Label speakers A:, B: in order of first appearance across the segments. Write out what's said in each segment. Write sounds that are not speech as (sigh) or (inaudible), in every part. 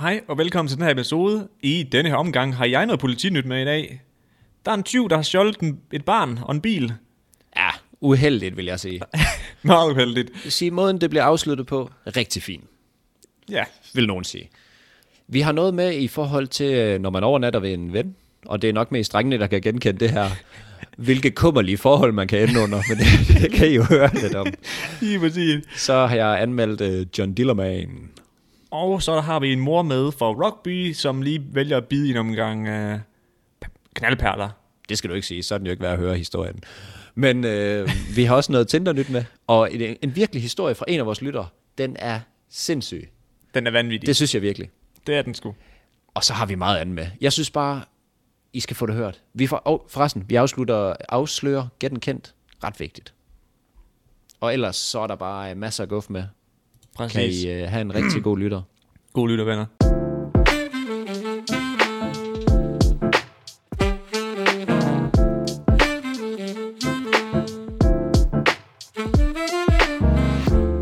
A: Hej og velkommen til den her episode. I denne her omgang har jeg noget politinyt med i dag. Der er en tyv, der har stjålet en- et barn og en
B: (laughs)
A: bil.
B: Ja, uheldigt, vil jeg sige.
A: Meget uheldigt.
B: Sige måden, det bliver afsluttet på, rigtig fint,
A: Ja,
B: vil nogen sige. Vi har noget med i forhold til, øh, når man overnatter ved en ven, og det er nok mest drengene, der kan genkende det her, hvilke kummerlige forhold man kan ende under, men (laughs) det, det kan I jo høre lidt om.
A: lige præcis.
B: Så har jeg anmeldt øh, John Dillerman.
A: Og så har vi en mor med for rugby, som lige vælger at bide i en omgang øh, p- knaldperler.
B: Det skal du ikke sige, så er den jo ikke værd at høre historien. Men øh, vi har også noget Tinder-nyt med, og en, en virkelig historie fra en af vores lyttere, den er sindssyg.
A: Den er vanvittig.
B: Det
A: Det,
B: synes jeg virkelig.
A: det er den sgu.
B: Og så har vi meget andet med. Jeg synes bare, I skal få det hørt. Vi for, oh, forresten, vi afslutter, afslører Get den kendt. Ret vigtigt. Og ellers så er der bare øh, masser at guf med. Kan
A: Præcis.
B: I uh, have en rigtig god lytter.
A: God lytter, venner.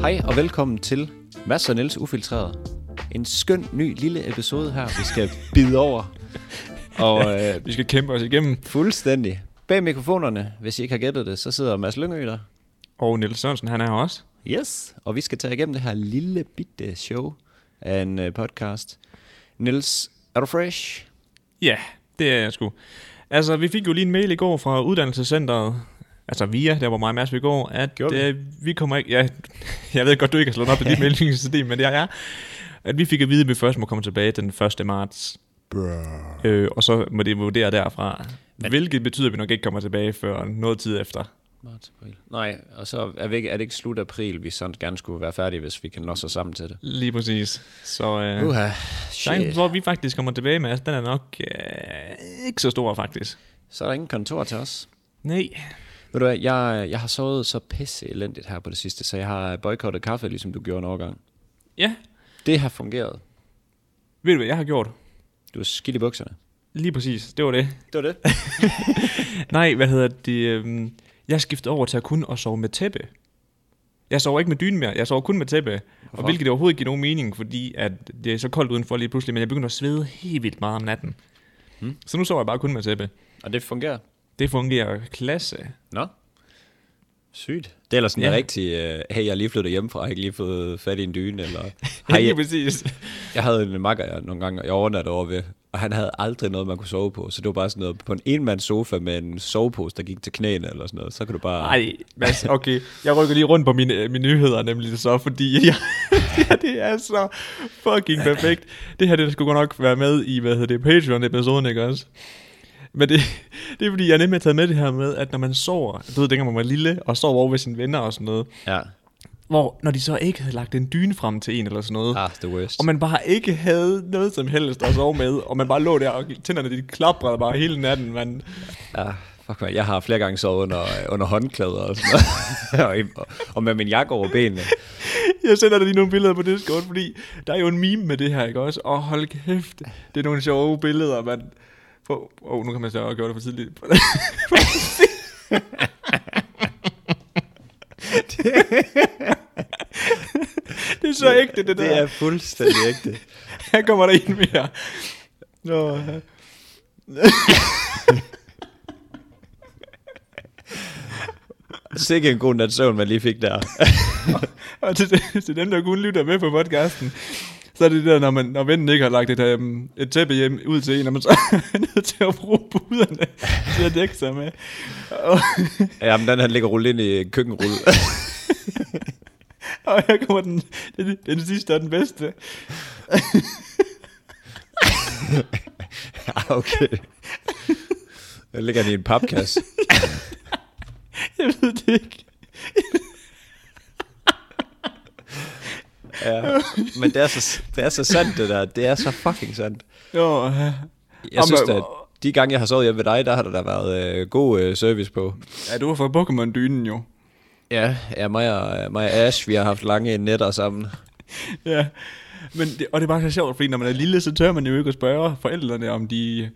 B: Hej og velkommen til Mads og Niels Ufiltreret. En skøn ny lille episode her, vi skal bide over. Og øh,
A: Vi skal kæmpe os igennem.
B: fuldstændig. Bag mikrofonerne, hvis I ikke har gættet det, så sidder Mads Lyngø der.
A: Og Niels Sørensen, han er her også.
B: Yes. Og vi skal tage igennem det her lille bitte show af en øh, podcast. Niels, er du fresh?
A: Ja, det er jeg sgu. Altså, vi fik jo lige en mail i går fra uddannelsescenteret, altså via, der hvor mig og Mads vi går, at
B: Gjorde vi?
A: øh, vi kommer ikke... Ja, (laughs) jeg ved godt, du ikke har slået op i
B: (laughs)
A: dit meldingssystem, men det er jeg. At vi fik at vide, at vi først må komme tilbage den 1. marts. Øh, og så må det vurdere derfra. Hvilket betyder, at vi nok ikke kommer tilbage før noget tid efter.
B: Marts, april. Nej, og så er, vi ikke, er det ikke slut april, vi sådan gerne skulle være færdige, hvis vi kan nå os sammen til det.
A: Lige præcis. Så øh, uh,
B: Uha,
A: der,
B: shit.
A: hvor vi faktisk kommer tilbage med, den er nok øh, ikke så stor faktisk.
B: Så er der ingen kontor til os.
A: Nej.
B: Ved du hvad, jeg, jeg har sovet så pisse elendigt her på det sidste, så jeg har boykottet kaffe, ligesom du gjorde en overgang.
A: Ja,
B: Det har fungeret.
A: ved du hvad jeg har gjort?
B: Du er skidt i bukserne.
A: Lige præcis, det var det.
B: Det var det.
A: Nej, hvad hedder det? øhm, Jeg skiftede over til at kun at sove med tæppe. Jeg sover ikke med dyne mere, jeg sover kun med tæppe. Hvorfor? Og hvilket overhovedet ikke giver nogen mening, fordi at det er så koldt udenfor lige pludselig, men jeg begynder at svede helt vildt meget om natten. Hmm. Så nu sover jeg bare kun med tæppe.
B: Og det fungerer.
A: Det fungerer klasse.
B: Nå. Sygt. Det er ellers sådan
A: Ja.
B: ja. rigtig, øh, hey, jeg er lige flyttet hjemmefra, jeg har ikke lige fået fat i en dyne, eller...
A: (laughs) Hej.
B: Hey,
A: Lige
B: jeg,
A: præcis.
B: jeg havde en makker jeg, nogle gange, jeg overnattede over ved, og han havde aldrig noget, man kunne sove på, så det var bare sådan noget på en enmands sofa med en sovepose, der gik til knæene eller sådan noget, så kan du bare...
A: Nej, Mads, okay. Jeg rykker lige rundt på mine, øh, mine nyheder nemlig så, fordi (laughs) jeg, det, her, det er så fucking perfekt. Det her, det skulle godt nok være med i, hvad hedder det, Patreon-episoden, ikke også? Men det, det er fordi, jeg er nemlig har taget med det her med, at når man sover, du ved, dengang man var lille, og sover over ved sine venner og sådan noget,
B: Ja,
A: hvor når de så ikke havde lagt en dyne frem til en eller sådan noget,
B: ah, the worst.
A: og man bare ikke havde noget som helst at sove med, og man bare lå der, og tænderne de klaprede bare hele natten, man.
B: Ja, fuck man, jeg har flere gange sovet under, øh, under håndklæder og sådan noget, (laughs) og, i- og med min jakke over benene.
A: Jeg sender dig lige nogle billeder på Discord, fordi der er jo en meme med det her, ikke også? Og hold kæft, det er nogle sjove billeder, man... Åh, oh, nu kan man så også gøre det for tidligt. (laughs) det er (laughs) så ægte, det, der.
B: Det er fuldstændig ægte.
A: Her kommer der en mere. Nå, ja.
B: Sikke en god nat søvn, man lige fik der.
A: (laughs) Og til, (laughs) til dem, der kun lytter med på podcasten, så er det det der, når, man, når vennen ikke har lagt et, um, et tæppe hjem ud til en, og man så (laughs) er nødt til at bruge buderne til at dække sig med. Og,
B: Jamen, den han ligger rullet ind i køkkenrulle.
A: og her kommer den, den, den sidste og den bedste.
B: (laughs) Ah, okay. Jeg ligger den i en papkasse.
A: Jeg ved det ikke.
B: Ja. Men det er, så, det er så sandt, det der. Det er så fucking sandt.
A: Jo,
B: Jeg
A: Jamen,
B: synes da, at de gange, jeg har sovet hjemme ved dig, der har der da været øh, god øh, service på.
A: ja, du var fra Pokémon-dynen jo.
B: Ja, ja mig, og, øh, mig og Ash, vi har haft lange netter sammen.
A: Ja. Men det, og det er bare så sjovt, fordi når man er lille, så tør man jo ikke at spørge forældrene, om de,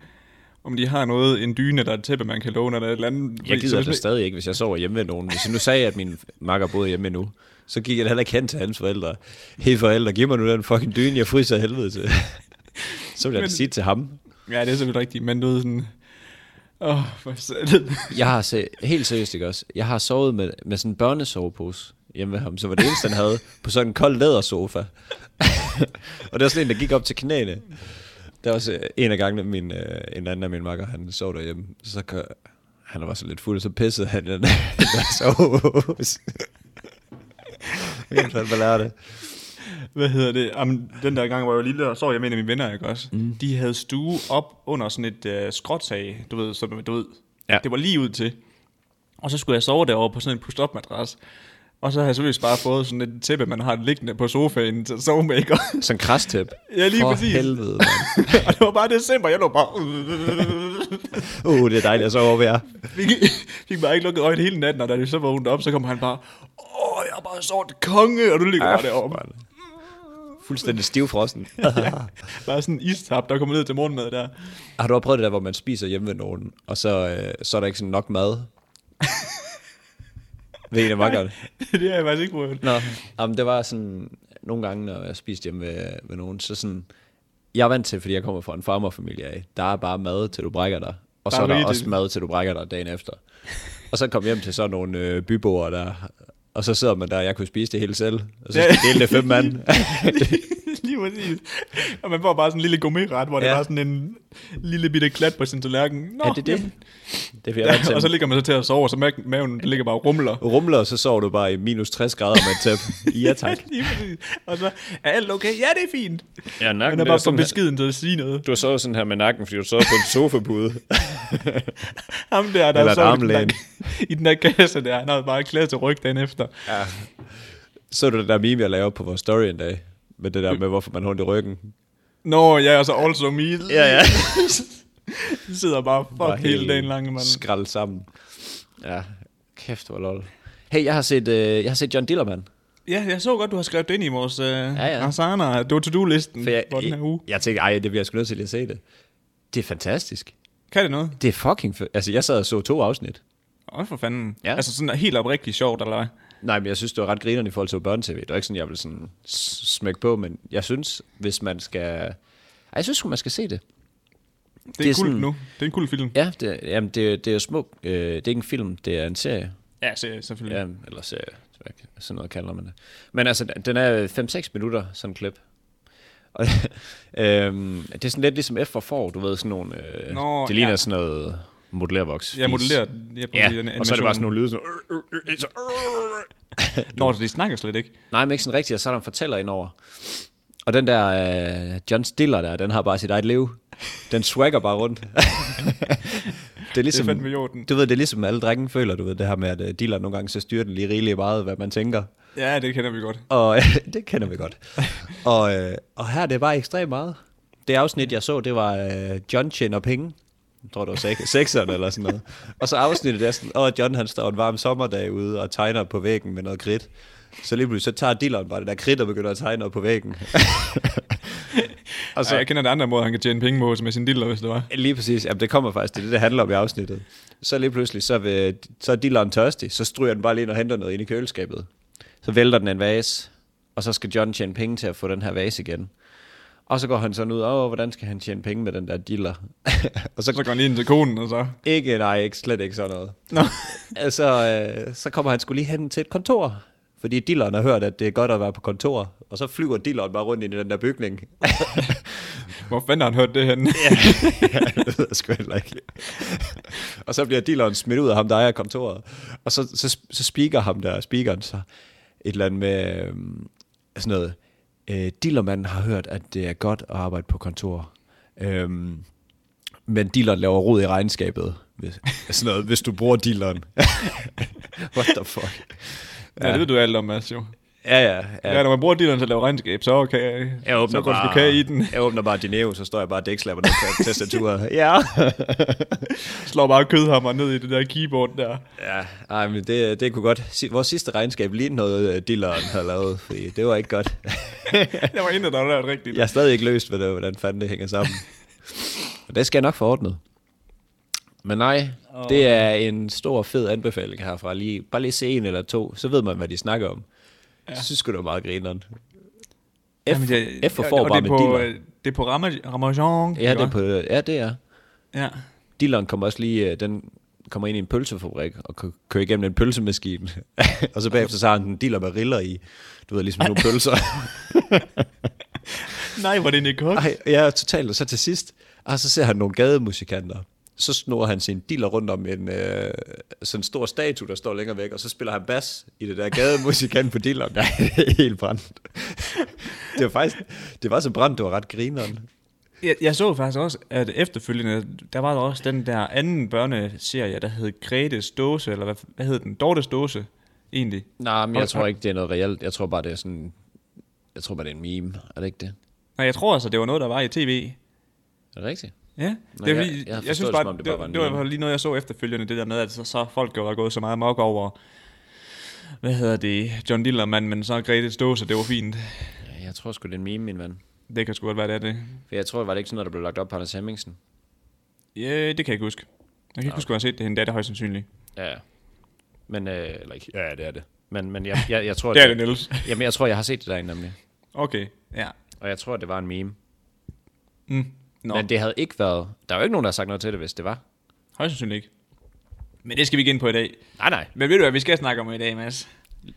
A: om de har noget, en dyne eller et tæppe, man kan låne, eller et eller andet.
B: Jeg
A: Fordi så
B: gider
A: hvis man-
B: det stadig ikke, hvis jeg sover hjemme med nogen. Hvis jeg nu sagde, at min makker boede hjemme nu, så gik jeg da heller ikke hen til (laughs) hans forældre. Hey forældre, giv mig nu den fucking dyne, jeg fryser af helvede til. Så vil jeg da
A: Men-
B: sige til ham.
A: Ja, det er selvfølgelig rigtigt, men du ved sådan... Åh, oh, for satan. (laughs)
B: Jeg har se, helt seriøst ikke også. Jeg har sovet med, med sådan en børnesovepose hjemme ved ham, som var det eneste, han havde på sådan en kold lædersofa. (laughs) og det var sådan en, der gik op til knæene. Der var også øh, en af gangene, min, øh, en anden af mine makker, han sov derhjemme. Så kør, han var så lidt fuld, så pissede han i den (laughs) der sovepose. Jeg kan fandme lære det.
A: Hvad hedder det? Jamen, den der gang, hvor jeg var lille, og sov jeg med en af mine venner, ikke også? Mm. De havde stue op under sådan et øh, skråtag, du ved, som, du ved.
B: Ja.
A: Det var lige ud til. Og så skulle jeg sove derovre på sådan en push-up madras. Og så har jeg selvfølgelig bare fået sådan et tæppe, man har liggende på sofaen til at sove med, ikke også? (laughs)
B: Sådan en krastæp.
A: Ja, lige
B: For
A: præcis.
B: helvede, mand.
A: og det var bare december, jeg lå bare... (laughs)
B: Uh, det er dejligt at sove over ved jer.
A: fik, fik bare ikke lukket øjet hele natten, og da det så vågnede op, så kom han bare... Åh, jeg har bare sovet konge, og du ligger bare derovre.
B: Fuldstændig stivfrossen.
A: (laughs) Bare sådan en istap, der kommer ned til morgenmad der. (laughs)
B: Har du også prøvet det der, hvor man spiser hjemme ved nogen, og så, øh, så er der ikke sådan
A: (laughs)
B: nok mad? Ved en af makkerne.
A: det har jeg faktisk ikke prøvet.
B: Nå, jamen, det var sådan, nogle gange, når jeg spiste hjemme ved, ved nogen, så sådan, jeg er vant til, fordi jeg kommer fra en farmerfamilie af, der er bare mad, til du brækker dig. Og så
A: Der
B: er
A: er
B: der
A: rigeligt.
B: også mad, til du brækker dig dagen efter. Og så kom jeg hjem til sådan nogle øh, byboer, der, og så sidder man der, jeg kunne spise det hele selv, og så skal jeg dele det fem
A: (laughs)
B: mand.
A: (laughs) Lige præcis. Og man får bare sådan en lille gourmetret, hvor ja.
B: Ja.
A: der er sådan en lille bitte klat på sin tallerken. Nå,
B: er det det? Det er jeg er
A: (laughs)
B: vant
A: Ja,
B: til.
A: og så ligger man så til at sove, og så ma- maven den ligger bare og rumler.
B: rumler, og så sover du bare i minus 60 grader med et tæp.
A: (laughs)
B: Ja, tak.
A: Lige præcis. Og så er alt okay. Ja, det er fint.
B: Ja, nakken,
A: Han er bare for beskeden til at sige noget.
B: Du har sovet sådan her med nakken, fordi du sovet på en sofapude.
A: Ham der, der
B: Eller et
A: så i den
B: armlæn.
A: der, (laughs) i den der kasse der, han havde bare klædet til ryg dagen efter.
B: (laughs) så du det der meme, jeg lavede på vores story en dag? Med det der med, hvorfor man har ondt i ryggen.
A: Nå, jeg er så also me.
B: ja.
A: Sidder bare fuck bare hele dagen lang, mand.
B: Skrald sammen. Ja, kæft, hvor lol. Hey, jeg har set, øh, jeg har set John Dillermand.
A: Ja, jeg så godt, du har skrevet det ind i vores øh, ja,
B: ja.
A: ja. Asana do to do listen
B: For jeg,
A: for den her uge.
B: jeg tænkte, ej, det bliver jeg sgu nødt til lige at se det. Det er fantastisk.
A: Kan det noget?
B: Det er fucking... fe- altså, jeg sad og så to afsnit.
A: Åh, for fanden.
B: Ja.
A: Ja. Altså sådan helt oprigtigt sjovt, eller hvad?
B: Nej, men jeg synes, det var ret grinerende i forhold til børnetv. Det var ikke sådan, jeg ville sådan s- smække på, men jeg synes, hvis man skal... Ej, jeg synes sgu, man skal se det.
A: Det er,
B: Det er
A: det er kult
B: sådan-
A: nu. Det er en kult film.
B: Ja, det, jamen, det, det er jo smuk. Øh, det er ikke en film, det er en serie.
A: Ja, se, selvfølgelig.
B: Ja, eller serie. Hvad- Sådan noget kalder man det. Men altså, den er 5-6 minutter, sådan en klip. Og, øhm, det er sådan lidt ligesom F for for, du ved, sådan nogle... Øh,
A: Nå,
B: det ligner
A: ja.
B: sådan noget modellervoks.
A: Jeg modellerer jeg
B: Ja, og så er det bare sådan nogle lyde, sådan... Øh, øh, øh, så, øh,
A: Nå, så de snakker slet ikke.
B: Nej, men ikke sådan rigtigt, og så er der en fortæller indover. Og den der øh, John Stiller der, den har bare sit eget liv. Den swagger bare
A: (laughs)
B: rundt. det er ligesom,
A: fandme i orden.
B: Du ved, det er ligesom alle drenge føler, du ved, det her med, at øh, dealer nogle gange, så styrer den lige rigeligt meget, hvad man tænker.
A: Ja, det kender vi godt.
B: (laughs) Og øh, det kender vi godt. Og, øh, og her er det bare ekstremt meget. Det afsnit, jeg så, det var øh, John tjener penge. Jeg tror, det var sek- sekseren eller sådan noget. Og så afsnittet er sådan, og John han står en varm sommerdag ude og tegner på væggen med noget kridt. Så lige pludselig, så tager dealeren bare det der kridt og begynder at tegne op på væggen. og
A: Altså,
B: så,
A: ja, jeg kender den andre måde, han kan tjene penge på, som er sin diller, hvis det var.
B: Lige præcis. Jamen, det kommer faktisk. Det er det, det handler om i afsnittet. Så lige pludselig, så, vil, så er dealeren tørstig. Så stryger den bare lige ind og henter noget ind i køleskabet. Så vælter den en vase. Og så skal John tjene penge til at få den her vase igen. Og så går han sådan ud, åh, hvordan skal han tjene penge med den der dealer? (laughs) og
A: Så
B: så,
A: går han lige ind til konen, og så...
B: ikke, nej, ikke, slet ikke sådan noget.
A: Nå.
B: Altså, øh, så kommer han skulle lige hen til et kontor. Fordi dealeren har hørt, at det er godt at være på kontor. Og så flyver dealeren bare rundt ind i den der bygning.
A: (laughs) Hvor fanden har han hørt det henne?
B: (laughs) ja, det ved jeg sgu heller ikke. og så bliver dealeren smidt ud af ham, der ejer kontoret. Og så, så, så speaker ham der, speakeren så et eller andet med øhm, sådan noget. Øh, dealermanden har hørt, at det er godt at arbejde på kontor. Øhm, men dealeren laver rod i regnskabet. Hvis, (laughs) sådan noget, hvis du bruger dealeren. (laughs) What the fuck?
A: Ja, det ved du alt om, Mads, jo.
B: Ja, ja.
A: Ja, ja når man bruger dilleren til at lave regnskab, så okay.
B: Jeg åbner
A: så går
B: bare,
A: du kan i den. (laughs)
B: Jeg åbner bare Dineo, så står jeg bare og dækslapper ned (laughs) på tastaturet. ja.
A: Slår bare kødhammer ned i det der keyboard der.
B: Ja, ej, men det, det kunne godt... si- Vores sidste regnskab lige noget, øh, dealeren havde lavet, fordi det var ikke godt. (laughs)
A: Jeg var inde, der var rigtigt.
B: Jeg er stadig ikke løst, hvad det, hvordan fanden det hænger sammen. Og det skal jeg nok få ordnet. Men nej, det er en stor, fed anbefaling herfra. Lige, bare lige se en eller to, så ved man, hvad de snakker om. Jeg synes sgu, det var meget grineren.
A: Jamen,
B: F, F for
A: og- og
B: forbar
A: det
B: med
A: er på,
B: diller.
A: øh, Det er på Ramaj- Ramajan.
B: Ja,
A: ikke
B: det er
A: hva'?
B: på, ja, det er.
A: Ja.
B: Dilleren kommer også lige, øh, den kommer ind i en pølsefabrik og kø- kører igennem en pølsemaskine. (laughs) og så bagefter så har han en diller med riller i. Du ved, ligesom nogle (laughs) pølser.
A: Nej, hvor er det Nick Cox?
B: Ej, ja, totalt. Og så til sidst, og så ser han nogle gademusikanter. Så snor han sin diller rundt om en øh, sådan en stor statue, der står længere væk, og så spiller han bas i det der gademusikant på (laughs) dilleren. Nej, det er helt brændt. Det var faktisk, det var så brændt, det var ret grineren.
A: Jeg, jeg så faktisk også, at efterfølgende, der var der også den der anden børneserie, der hed Gretes Dåse, eller hvad, hvad hed den? Dortes Dåse, egentlig.
B: Nej, men
A: Har-
B: jeg tror ikke, det er noget reelt. Jeg tror bare, det er sådan... Jeg tror bare, det er en meme. Er det ikke det?
A: Nej, jeg tror altså, det var noget, der var i tv.
B: Er det rigtigt?
A: Ja,
B: Nå,
A: det er,
B: jeg-
A: fordi-
B: jeg har forstået det, som om det bare var en
A: det, var i
B: meme.
A: hvert fald lige noget, jeg så efterfølgende, det der med, at så, så folk jo var gået så meget mok over, hvad hedder det, John Dillermand, men så Gretes Dåse, det var fint.
B: Ja, Jeg tror sgu, det er en meme, min ven.
A: Det kan sgu godt være, det er det.
B: For jeg tror, var det ikke sådan noget, der blev lagt op på Anders Hemmingsen?
A: Ja, det kan jeg ikke huske. Jeg kan ikke huske, at jeg har set det hende, det er det højst sandsynligt.
B: Ja. Men, øh, eller ikke. Ja, det er det. Men, men jeg, jeg, jeg (laughs) tror,
A: Det er det, Niels.
B: Jamen, jeg tror, jeg har set det derinde nemlig.
A: Okay, ja.
B: Og jeg tror, det var en meme.
A: Mm.
B: Nå.
A: Nå.
B: Men det havde ikke været... Der er jo ikke nogen, der har sagt noget til det, hvis det var.
A: Højst sandsynligt ikke. Men det skal vi ikke ind på i dag.
B: Nej, nej.
A: Men ved du, hvad vi skal snakke om i dag, Mads?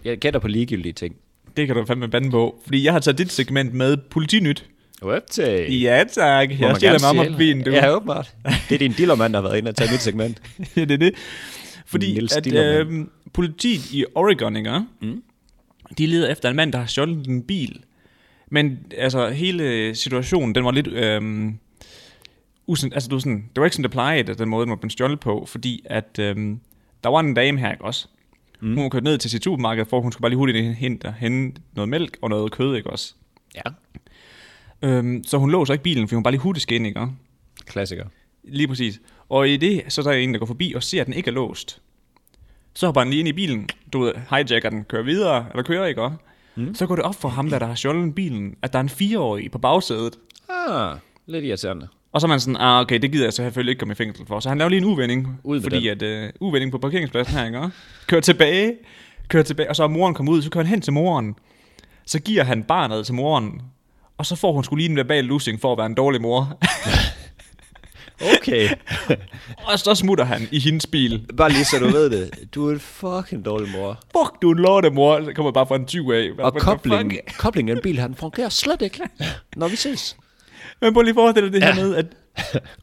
B: Jeg gætter på ligegyldige ting.
A: Det kan du fandme bande på. Fordi jeg har taget dit segment med politinyt.
B: Webtag.
A: Ja tak, jeg stiller mig om på bilen, du.
B: Ja, åbenbart. Det er din dillermand, der har været inde og taget mit segment.
A: (laughs) Ja, det er det. Fordi
B: Niels
A: at,
B: Dillermand.
A: øh, politiet i Oregon, ikke? Mm. de leder efter en mand, der har stjålet en bil. Men altså, hele situationen, den var lidt... Øh, usen, altså, det, var sådan, det var ikke sådan, det plejede, at den måde, den var blevet stjålet på, fordi at øh, der var en dame her, ikke også? Mm. Hun var kørt ned til sit supermarked, for hun skulle bare lige hurtigt hente, hente noget mælk og noget kød, ikke også?
B: (laughs) Ja,
A: Øhm, så hun låser ikke bilen, for hun bare lige hurtigt skal ind, ikke? også?
B: klassiker.
A: Lige præcis. Og i det, så er der en, der går forbi og ser, at den ikke er låst. Så hopper han lige ind i bilen, du ved, hijacker den, kører videre, eller kører ikke, og mm. så går det op for ham, der, der har stjålet bilen, at der er en fireårig på bagsædet.
B: Ah, lidt irriterende.
A: Og så er man sådan, ah, okay, det gider jeg så selvfølgelig ikke komme i fængsel for. Så han laver lige en uvending,
B: Ud med
A: fordi at øh, uvending på parkeringspladsen her, ikke? også? Kører tilbage, kører tilbage, og så er moren kommet ud, så kører han hen til moren. Så giver han barnet til moren, og så får hun skulle lige en verbal losing for at være en dårlig mor. (laughs)
B: (laughs) Okay.
A: og så smutter han i hendes bil.
B: Bare lige så du ved det. Du er en fucking dårlig mor.
A: fuck, du er en lortemor. Så kommer jeg bare fra en 20 af. Hvad-
B: Og
A: hvad-
B: koblingen,
A: (laughs) fuck?
B: koblingen af en bil, han fungerer slet ikke, når vi ses.
A: Men prøv lige at forestille dig det her med, at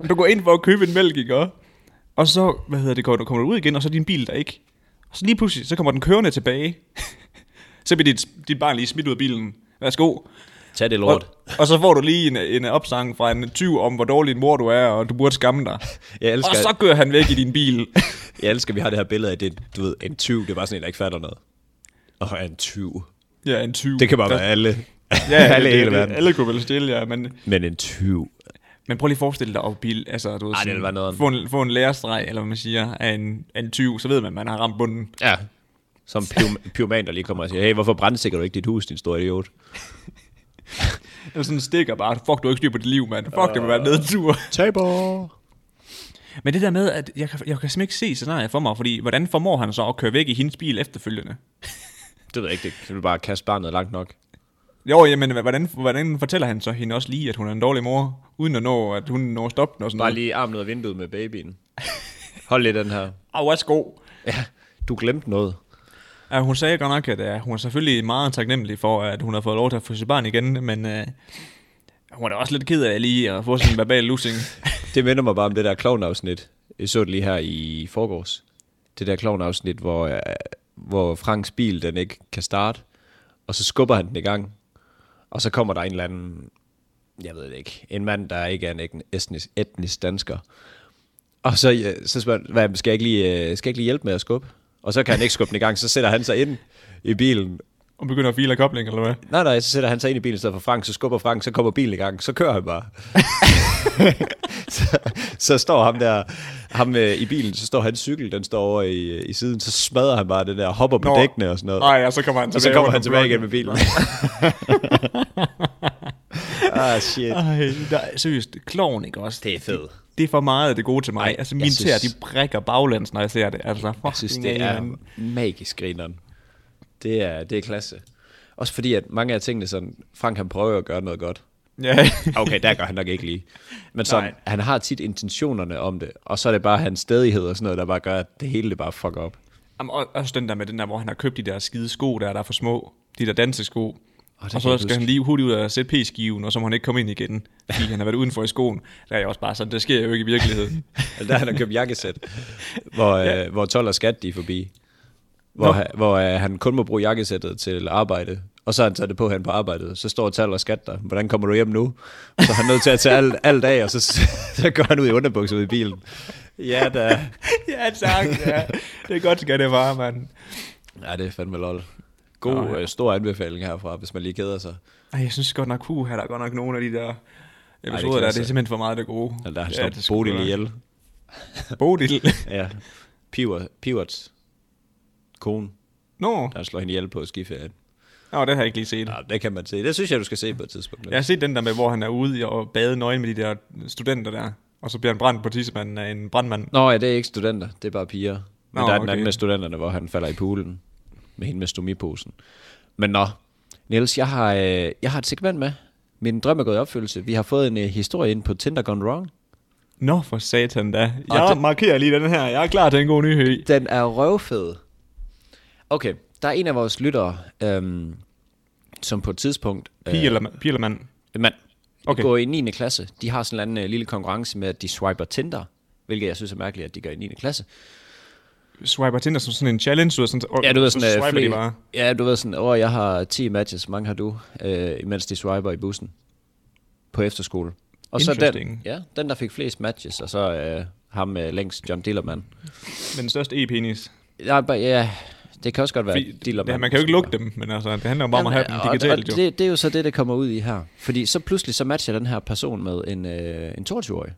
A: du går ind for at købe en mælk, ikke? også? Og så, hvad hedder det, går du kommer du ud igen, og så er din bil der ikke. Og så lige pludselig, så kommer den kørende tilbage. (laughs) så bliver dit, dit barn lige smidt ud af bilen. Værsgo.
B: Tag det
A: Og,
B: lort.
A: og, så får du lige en, en opsang fra en 20 om, hvor dårlig en mor du er, og du burde skamme dig.
B: Jeg elsker-
A: og så kører han væk i din bil.
B: Jeg elsker, at vi har det her billede af, det, du ved, en 20, det er bare sådan en, der ikke fatter noget. Og en 20.
A: ja, en 20.
B: Det kan bare
A: Der-
B: være alle.
A: ja, ja,
B: (laughs) alle
A: det,
B: i hele
A: det,
B: verden.
A: Alle kunne vel stille, ja, men...
B: Men en 20.
A: Men prøv lige at forestille dig at bil, altså, du ved,
B: Ej, det ville være noget.
A: få, en, få en lærerstreg, eller hvad man siger, af en, af en 20, så ved man, at man har ramt bunden.
B: Ja. Som pyrom- pyroman, der lige kommer og siger, hey, hvorfor brændsikker du ikke dit hus, din store idiot?
A: Eller sådan en stikker bare, fuck, du har ikke styr på dit liv, mand. Fuck, uh. det vil være en nedtur. (laughs)
B: Taber!
A: Men det der med, at jeg kan, jeg kan simpelthen ikke se scenariet for mig, fordi hvordan formår han så at køre væk i hendes bil efterfølgende?
B: Det ved jeg ikke, det kan du bare kaste barnet langt nok.
A: Jo, jamen, hvordan, hvordan fortæller han så hende også lige, at hun er en dårlig mor, uden at nå, at hun når stoppe den og sådan
B: Bare
A: noget?
B: lige armen ud af vinduet med babyen. Hold lidt den her.
A: Au, værsgo.
B: Ja, du glemte noget.
A: Ja, hun sagde godt nok, at uh, hun er selvfølgelig meget taknemmelig for, at hun har fået lov til at få sit barn igen, men uh, hun er da også lidt ked af lige at få sådan en verbal losing.
B: Det minder mig bare om det der klovnafsnit. Jeg så det lige her i forgårs. Det der klovnafsnit, hvor, øh, hvor Franks bil, den ikke kan starte. Og så skubber han den i gang. Og så kommer der en eller anden, jeg ved det ikke, en mand, der ikke er en etn- etnisk, etnisk dansker. Og så, øh, så spørger han, hvad, skal, jeg ikke lige, øh, skal jeg ikke lige hjælpe med at skubbe? Og så kan han ikke skubbe den i gang, så sætter han sig ind i bilen.
A: Og begynder at file af kobling, eller hvad?
B: Nej, nej, så sætter han sig ind i bilen i stedet for Frank, så skubber Frank, så kommer bilen i gang, så kører han
A: (laughs)
B: bare. så, så står ham der, ham øh, i bilen, så står hans cykel, den står over i, øh, i siden, så smadrer han bare den der, hopper på
A: Nå.
B: dækkene og sådan noget.
A: Nej, og så kommer han tilbage.
B: og så kommer
A: under
B: han tilbage
A: blokken.
B: igen med bilen.
A: (laughs)
B: ah, shit.
A: Ej, der, er- seriøst, kloven ikke også?
B: Det er fedt.
A: Det er for meget af det gode til mig.
B: Ej,
A: Ej, altså,
B: jeg
A: mine tæer,
B: synes-
A: de brækker baglæns, når jeg ser det. Altså, fuck,
B: Jeg synes, det er magisk grineren. Det er, det er klasse. Også fordi, at mange af tingene sådan, Frank han prøver at gøre noget godt.
A: Ja.
B: Okay, der gør han nok ikke lige. Men sådan,
A: Nej.
B: han har tit intentionerne om det, og så er det bare hans stedighed og sådan noget, der bare gør, at det hele det bare fucker op.
A: (laughs) Jamen, og- også den der med den der, hvor han har købt de der skide sko, der, der er for små. De der dansesko.
B: det
A: Oh,
B: kan
A: og så
B: jeg
A: skal
B: huske.
A: han lige hurtigt ud af ZP-skiven, og så må han ikke komme ind igen, fordi han har været udenfor i skoen. Der er jeg også bare sådan, det sker jo ikke i virkeligheden.
B: Eller der har han købt jakkesæt, hvor, ja. øh, hvor 12 og skat de er forbi. Hvor,
A: Nå.
B: han, hvor øh, han kun må bruge jakkesættet til arbejde. Og så har han taget det på han på arbejdet. Så står tal og skat der. Hvordan kommer du hjem nu? Så er han nødt til at tage alt, alt af, og så, (laughs) så går han ud i underbukser ud i bilen. Ja, da.
A: (laughs) ja, tak. Ja. (laughs) Det er godt, skal det bare, mand.
B: Ja, det er fandme lol. God,
A: Nå, ja.
B: øh, stor anbefaling herfra, hvis man lige keder sig.
A: Ej, jeg synes godt nok, puh, her er der godt nok nogle af de der episoder,
B: klasse.
A: der, det er simpelthen for meget af det gode.
B: Eller der han ja,
A: det
B: slår
A: skulle
B: Bodil
A: være.
B: ihjel. (laughs)
A: Bodil.
B: Ja. Piver, Pivots kone,
A: Nå,
B: der slår hende ihjel på skiferien.
A: Nå, det har jeg ikke lige set.
B: Ja, det kan man se. Det synes jeg, du skal se på et tidspunkt.
A: Jeg har set den der med, hvor han er ude og bade nøgen med de der studenter der, og så bliver han brændt på tissemanden af en brandmand.
B: Nå ja, det er ikke studenter, det er bare piger. Men
A: Nå,
B: nå, der er den
A: okay.
B: anden med studenterne, hvor han falder i poolen med hende med stomiposen. Men nå, Niels, jeg har, øh, jeg har et segment med. Min drøm er gået i opfyldelse. Vi har fået en øh, historie ind på Tinder Gone Wrong.
A: Nå for satan da.
B: Og
A: Jeg
B: det-
A: markerer lige den her. Jeg er klar til en god nyhed.
B: Den er røvfed. Okay, der er en af vores lyttere, øhm, som på et tidspunkt...
A: Pige eller, ma- pige eller mand?
B: mand, okay.
A: Okay.
B: går i 9. klasse. De har sådan en eller anden øh, lille konkurrence med, at de swiper Tinder, hvilket jeg synes er mærkeligt, at de gør i 9. klasse.
A: Swiper Tinder som sådan en challenge, du ved, sådan, og
B: Ja, du ved sådan,
A: så
B: øh,
A: swiper
B: flere-
A: de bare.
B: Ja, du ved sådan, åh, jeg har 10 matches, mange har du, øh, imens de swiper i bussen på efterskole. Og så den,
A: Interesting.
B: ja, den, der fik flest matches, og så øh, ham øh, længst, John Dillermand.
A: Med den største e-penis.
B: Ja, bare, ja, det kan også godt være
A: Fordi
B: Dillermand.
A: det, man kan jo ikke lukke dem, men altså, det handler jo bare om at have dem
B: Jamen,
A: digitalt
B: og, og
A: jo.
B: det, det er jo så det, det kommer ud i her. Fordi så pludselig så matcher den her person med en, øh, en 22-årig.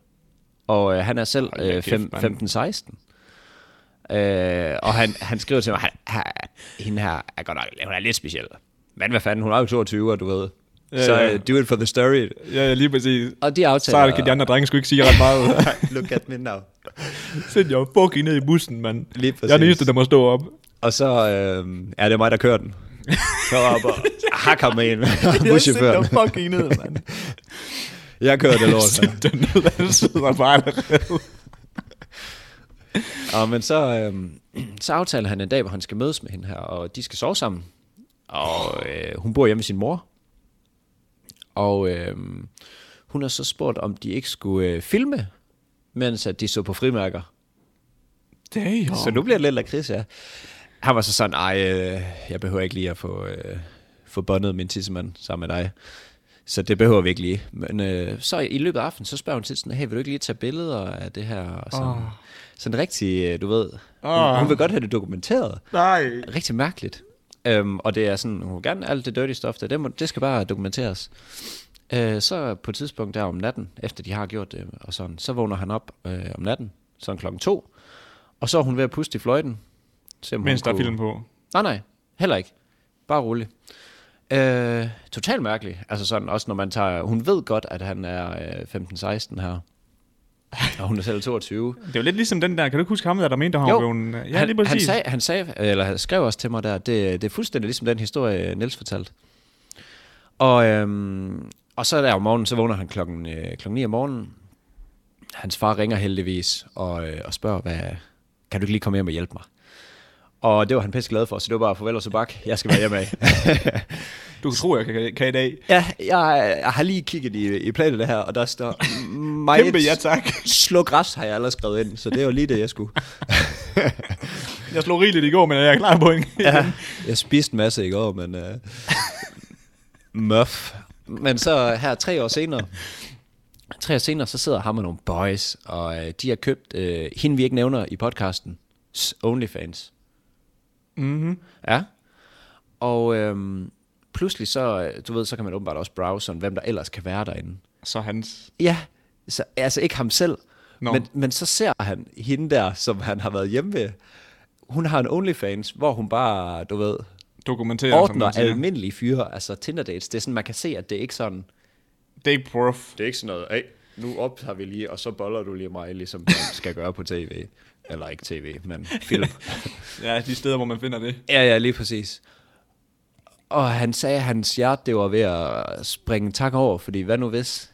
B: Og øh, han er selv
A: Hold da
B: øh,
A: kæft,
B: fem-
A: mand.
B: 15-16. Øh, og han, han skriver til mig, han, han, hende her er godt nok, hun er lidt speciel. Men hvad fanden, hun er jo 22, og du ved.
A: Ja,
B: så
A: ja.
B: øh, do it for the story.
A: Ja, ja, lige præcis.
B: Og de
A: Så
B: aftaler...
A: er det, kan de andre drenge sgu ikke sige ret meget.
B: (laughs) Look at me now.
A: Sæt jer fucking ned i bussen, mand.
B: Lige præcis.
A: Jeg er den eneste, der må stå op.
B: Og så øh, er det mig, der kører
A: (laughs)
B: den. Så op og hakker (laughs) med en
A: Jeg
B: buschaufføren.
A: sætter fucking ned,
B: (laughs)
A: mand.
B: Jeg kører det lort. her.
A: Sæt dig ned, han sidder bare allerede.
B: Og men så, øhm, (clears throat) så aftaler han en dag, hvor han skal mødes med hende her, og de skal sove sammen. Og øh, hun bor hjemme med sin mor. Og øh, hun har så spurgt, om de ikke skulle øh, filme, mens at de så på frimærker.
A: Damn.
B: Så nu bliver det lidt lakrids, ja. Han var så sådan, ej, øh, jeg behøver ikke lige at få, øh, få bondet min tissemand sammen med dig. Så det behøver vi ikke lige. Men øh, så i løbet af aftenen, så spørger hun til sådan, hey, vil du ikke lige tage billeder af det her? Og sådan, oh. sådan rigtig, øh, du ved, hun,
A: Åh.
B: hun vil godt have det dokumenteret.
A: Nej.
B: Rigtig mærkeligt. Øhm, og det er sådan, hun vil gerne alt det dirty stuff, der, det, må, det skal bare dokumenteres. Øh, så på et tidspunkt der om natten, efter de har gjort det, og sådan, så vågner han op øh, om natten, sådan klokken to, og så er hun ved at puste i fløjten. Se, om hun
A: Mens der er film på.
B: Nej, nej, heller ikke. Bare rolig. Øh, totalt mærkelig. Altså sådan, også når man tager... Hun ved godt, at han er øh, 15-16 her. Og hun er selv 22.
A: Det er jo lidt ligesom den der, kan du ikke huske ham, der, der mente, at han
B: Jo,
A: var blevet... Ja,
B: han,
A: lige
B: han,
A: præcis.
B: sagde, han, sagde, eller han skrev også til mig der, det, det er fuldstændig ligesom den historie, Niels fortalte. Og, øhm, og så der om morgenen, så vågner han klokken, øh, klokken 9 om morgenen. Hans far ringer heldigvis og, øh, og spørger, hvad, kan du ikke lige komme hjem og hjælpe mig? Og det var han pisse glad for, så det var bare farvel og tobak. Jeg skal være hjemme af.
A: Du kan tro, jeg kan, kan i dag.
B: (laughs) ja, jeg, jeg, har lige kigget i, i planen det her, og der står meget
A: Kæmpe ja tak.
B: slå græs, har jeg allerede skrevet ind, så det var lige det, jeg skulle.
A: Jeg slog rigeligt i går, men jeg er klar på en.
B: ja. (laughs) Jeg spiste en masse i går, men... (laughs) Uh, muff. Men så her tre år senere, tre år senere, så sidder ham med nogle boys, og øh, de har købt øh, hende, vi ikke nævner i podcasten, s- OnlyFans. Mm-hmm. Ja. Og øhm, pludselig så, øh, du ved, så kan man åbenbart også browse sådan, hvem der ellers kan være derinde.
A: Så hans...
B: Ja, så, altså ikke ham selv.
A: Nå.
B: No. Men, men så ser han hende der, som han har været hjemme ved. Hun har en OnlyFans, hvor hun bare, du ved,
A: Dokumenterer, som
B: ordner
A: man siger.
B: almindelige fyre, altså Tinder dates. Det er sådan, man kan se, at det er ikke sådan...
A: Det er ikke prof.
B: Det er ikke sådan noget, hey, nu optager vi lige, og så boller du lige mig, ligesom man skal gøre på tv. Eller ikke (laughs) tv, men film.
A: Ja, de steder, hvor man finder det.
B: ja, ja, lige præcis. Og han sagde, at hans hjerte det var ved at springe tak over, fordi hvad nu hvis?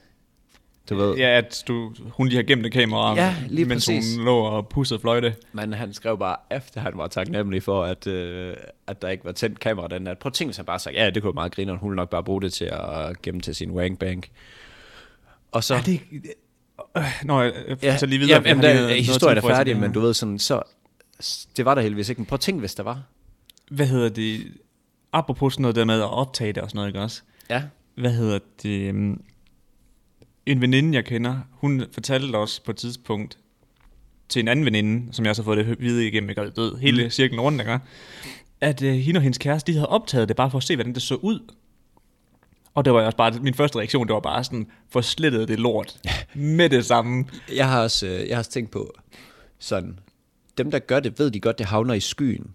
B: Du ved,
A: Ja, at du, hun lige har gemt et kamera,
B: Øh. Ja, lige
A: mens
B: præcis.
A: hun lå og pussede fløjte.
B: Men han skrev bare, efter han var taknemmelig for, at, øh, at der ikke var tændt kamera den nat. Prøv at tænke, hvis han bare sagde, ja, det kunne være meget grine, hun ville nok bare bruge det til at gemme til sin wangbank. Og så...
A: Ja, det, øh, nå, jeg ja,
B: ja,
A: så lige videre. jeg
B: Jamen, der,
A: har lige noget-
B: øh,
A: noget
B: historien er
A: tilføjelse
B: færdig,
A: til det
B: men du ved sådan, så... Det var der heldigvis ikke, men prøv at tænke, hvis der var.
A: her. Hvad hedder det? Apropos sådan noget der med at optage det og sådan noget, ikke også?
B: Ja.
A: Hvad hedder det? øhm, En veninde, jeg kender, hun fortalte os på et tidspunkt til en anden veninde, som jeg så har fået det at vide igennem, ikke? Og død, hele
B: Mm.
A: cirklen rundt, ikke? at øh, hende og hendes kæreste, de havde optaget det bare for at se, hvordan det så ud. Og det var jo også bare, min første reaktion, det var bare sådan, forslettet det lort med det samme.
B: Jeg har også, øh, jeg har også tænkt på sådan... Dem, der gør det, ved de godt, det havner i skyen.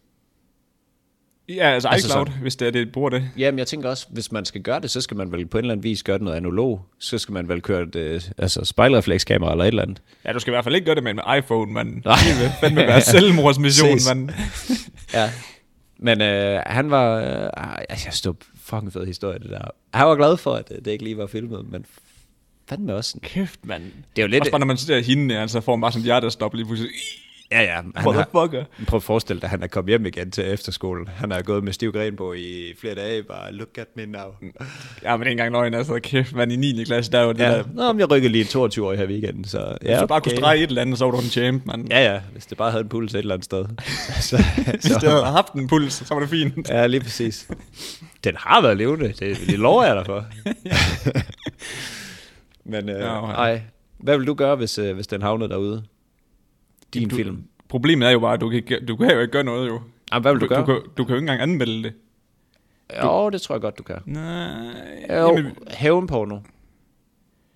A: Ja, altså
B: Altså
A: iCloud, altså hvis det er det, bruger det.
B: Jamen, jeg tænker også, hvis man skal gøre det, så skal man vel på en eller anden vis gøre det noget analog. Så skal man vel køre et øh, altså spejlreflekskamera eller et eller andet.
A: Ja, du skal i hvert fald ikke gøre det med en iPhone, man.
B: Nej.
A: Det vil fandme være
B: (laughs)
A: selvmordsmission,
B: Ses.
A: man.
B: Ja. Men øh, han var... Øh, ej, jeg synes, det var fucking fed historie, det der. Han var glad for, at øh, det ikke lige var filmet, men fandme også sådan.
A: Kæft, mand.
B: Det er jo
A: Lidt...
B: lidt...
A: Også bare, når man ser hende, altså får man bare sådan et hjertestop lige pludselig.
B: Ja, ja. Han har,
A: Motherfucker.
B: prøv at forestille dig, at han er kommet hjem igen til efterskolen. Han har gået med stiv gren på i flere dage, bare look at me now.
A: Ja, men ikke engang løgn, altså kæft, man i 9. klasse, der er jo det ja.
B: Ja.
A: der.
B: Nå, men jeg rykkede lige en 22 år her weekend, så... Ja,
A: Hvis du bare kunne
B: okay.
A: strege et eller andet, så var du en champ, mand. Ja.
B: Ja, ja, hvis det bare havde en puls et eller andet (laughs) sted. så,
A: (laughs) Hvis det havde haft en puls, så var det fint.
B: Ja, lige præcis. Den har været levende, det, det lover jeg dig
A: (laughs)
B: for. Men øh,
A: Ja, okay.
B: ej, hvad vil du gøre, hvis, øh, hvis den havnede derude? Din
A: Du-
B: film.
A: Problemet er jo bare, at du kan, ikke- du kan jo ikke gøre noget, jo.
B: Ej, hvad vil du, gøre?
A: Du, kan, du kan jo ikke engang anmelde det.
B: Jo, det tror jeg godt, du kan.
A: Nej.
B: Jo, hævnporno.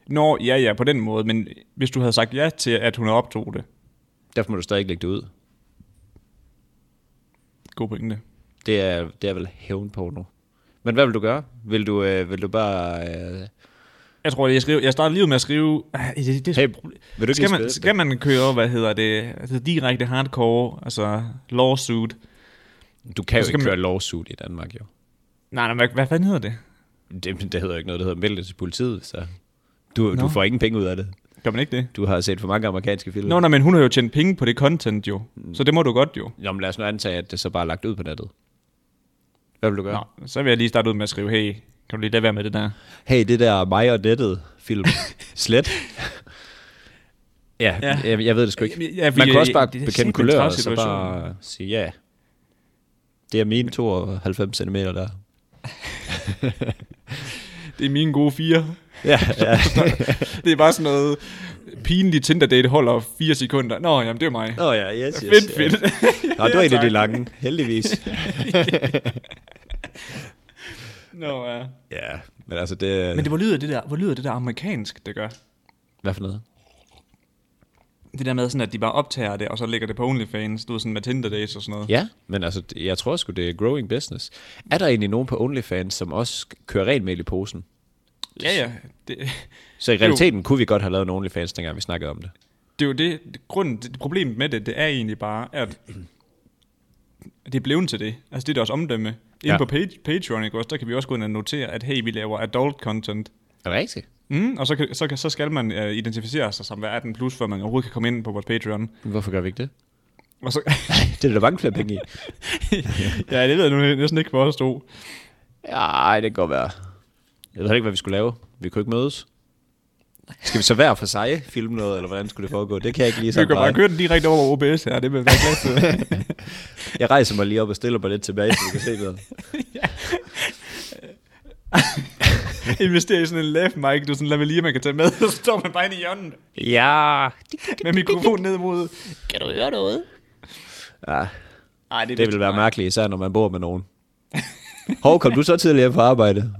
A: Nå, ja, ja, på den måde, men hvis du havde sagt ja til, at hun optog det.
B: Derfor må du stadig ikke lægge det ud.
A: God pointe.
B: Det er, det er vel hævnporno. Men hvad vil du gøre? Vil du, øh, vil du bare... Øh,
A: Jeg tror, jeg, skriver, jeg starter lige ud med at skrive... Ah, Det, det, det,
B: hey, vil du ikke
A: skal,
B: lige
A: man,
B: spille
A: skal man køre, hvad hedder det, altså direkte hardcore, altså lawsuit?
B: det? Du kan jo
A: så skal
B: ikke
A: man-
B: køre lawsuit i Danmark, jo.
A: Nej, nej, hvad, hvad fanden hedder det?
B: Det, det hedder jo ikke noget, det hedder meld det til politiet, så... Du,
A: Nå.
B: du får ingen penge ud af det.
A: Gør man ikke det?
B: Du har set for mange amerikanske film.
A: Nå, nej, men hun har jo tjent penge på det content jo,
B: Mm.
A: så det må du godt jo.
B: Jamen lad os nu antage, at det så bare er lagt ud på nettet. Hvad vil du gøre?
A: Nå, så vil jeg lige starte ud med at skrive, hey, kan du lige lade være med det der?
B: Hey, det der mig og nettet (laughs) film. Slet. ja,
A: Ja.
B: ja. Jeg, jeg ved det sgu ikke.
A: Jamen, ja, fordi
B: Man kan også
A: jeg-
B: bare
A: det er
B: bekende
A: simpelthen
B: kulør, og
A: træls
B: så
A: situation.
B: bare sige ja. Det er mine 92 cm der.
A: Det er mine gode fire.
B: Ja, (laughs) ja.
A: det er bare sådan noget pinligt Tinder-date holder fire sekunder. Nå, jamen det er mig.
B: Nå ja, yes, yes.
A: Fedt, fedt.
B: Ja. Nå, du er en af
A: tak.
B: de lange, heldigvis.
A: Nå, ja.
B: ja, men altså det...
A: Men det, hvor, lyder det der, hvor lyder det der amerikansk, det gør?
B: Hvad for noget?
A: Det der med, sådan, at de bare optager det, og så lægger det på OnlyFans, du ved, sådan med Tinder dates og sådan noget.
B: Ja, men altså, det- jeg tror sgu, det er growing business. Er der egentlig nogen på OnlyFans, som også kører rent mel i posen?
A: Ja, ja. Det,
B: Så i
A: Det er jo-
B: realiteten kunne vi godt have lavet en OnlyFans, dengang vi snakkede om det.
A: det er jo det, det, grunden, det, problemet med det, det er egentlig bare, at det er blevet til det. Altså, det er deres omdømme. Inde
B: Ja.
A: ja. på page, Patreon, ikke også, der kan vi også gå ind og notere, at hey, vi laver adult content.
B: Er det rigtigt?
A: Mm, og så, kan, så, kan, så skal man uh, identificere sig som hver 18 plus, før man overhovedet kan komme ind på vores Patreon.
B: Hvorfor gør vi ikke det?
A: Og så,
B: (laughs)
A: (laughs)
B: Det er der mange flere penge i.
A: ja, det ved jeg nu næsten ikke, hvor der stod.
B: Ej, det kan godt være. Jeg ved ikke, hvad vi skulle lave. Vi kunne ikke mødes. Skal vi så hver for sig filme noget, eller hvordan skulle det foregå? Det kan jeg ikke lige
A: Vi kan
B: sådan
A: bare
B: bare.
A: køre den direkte over OBS her, det vil jeg være glad til.
B: Jeg rejser mig lige op og stiller mig lidt tilbage, så vi kan se noget.
A: (laughs) Investere i sådan en lav mic, du er sådan, lad mig lige, man kan tage med, (laughs) så står man bare inde i hjørnet
B: Ja.
A: (laughs) med mikrofonen ned mod.
C: Kan du høre noget?
B: ja.
A: Ej, det, er
B: Det
A: lidt-
B: vil være mærkeligt, især når man bor med nogen. Hov, kom du så tidligere hjem fra
A: (laughs)
B: arbejde?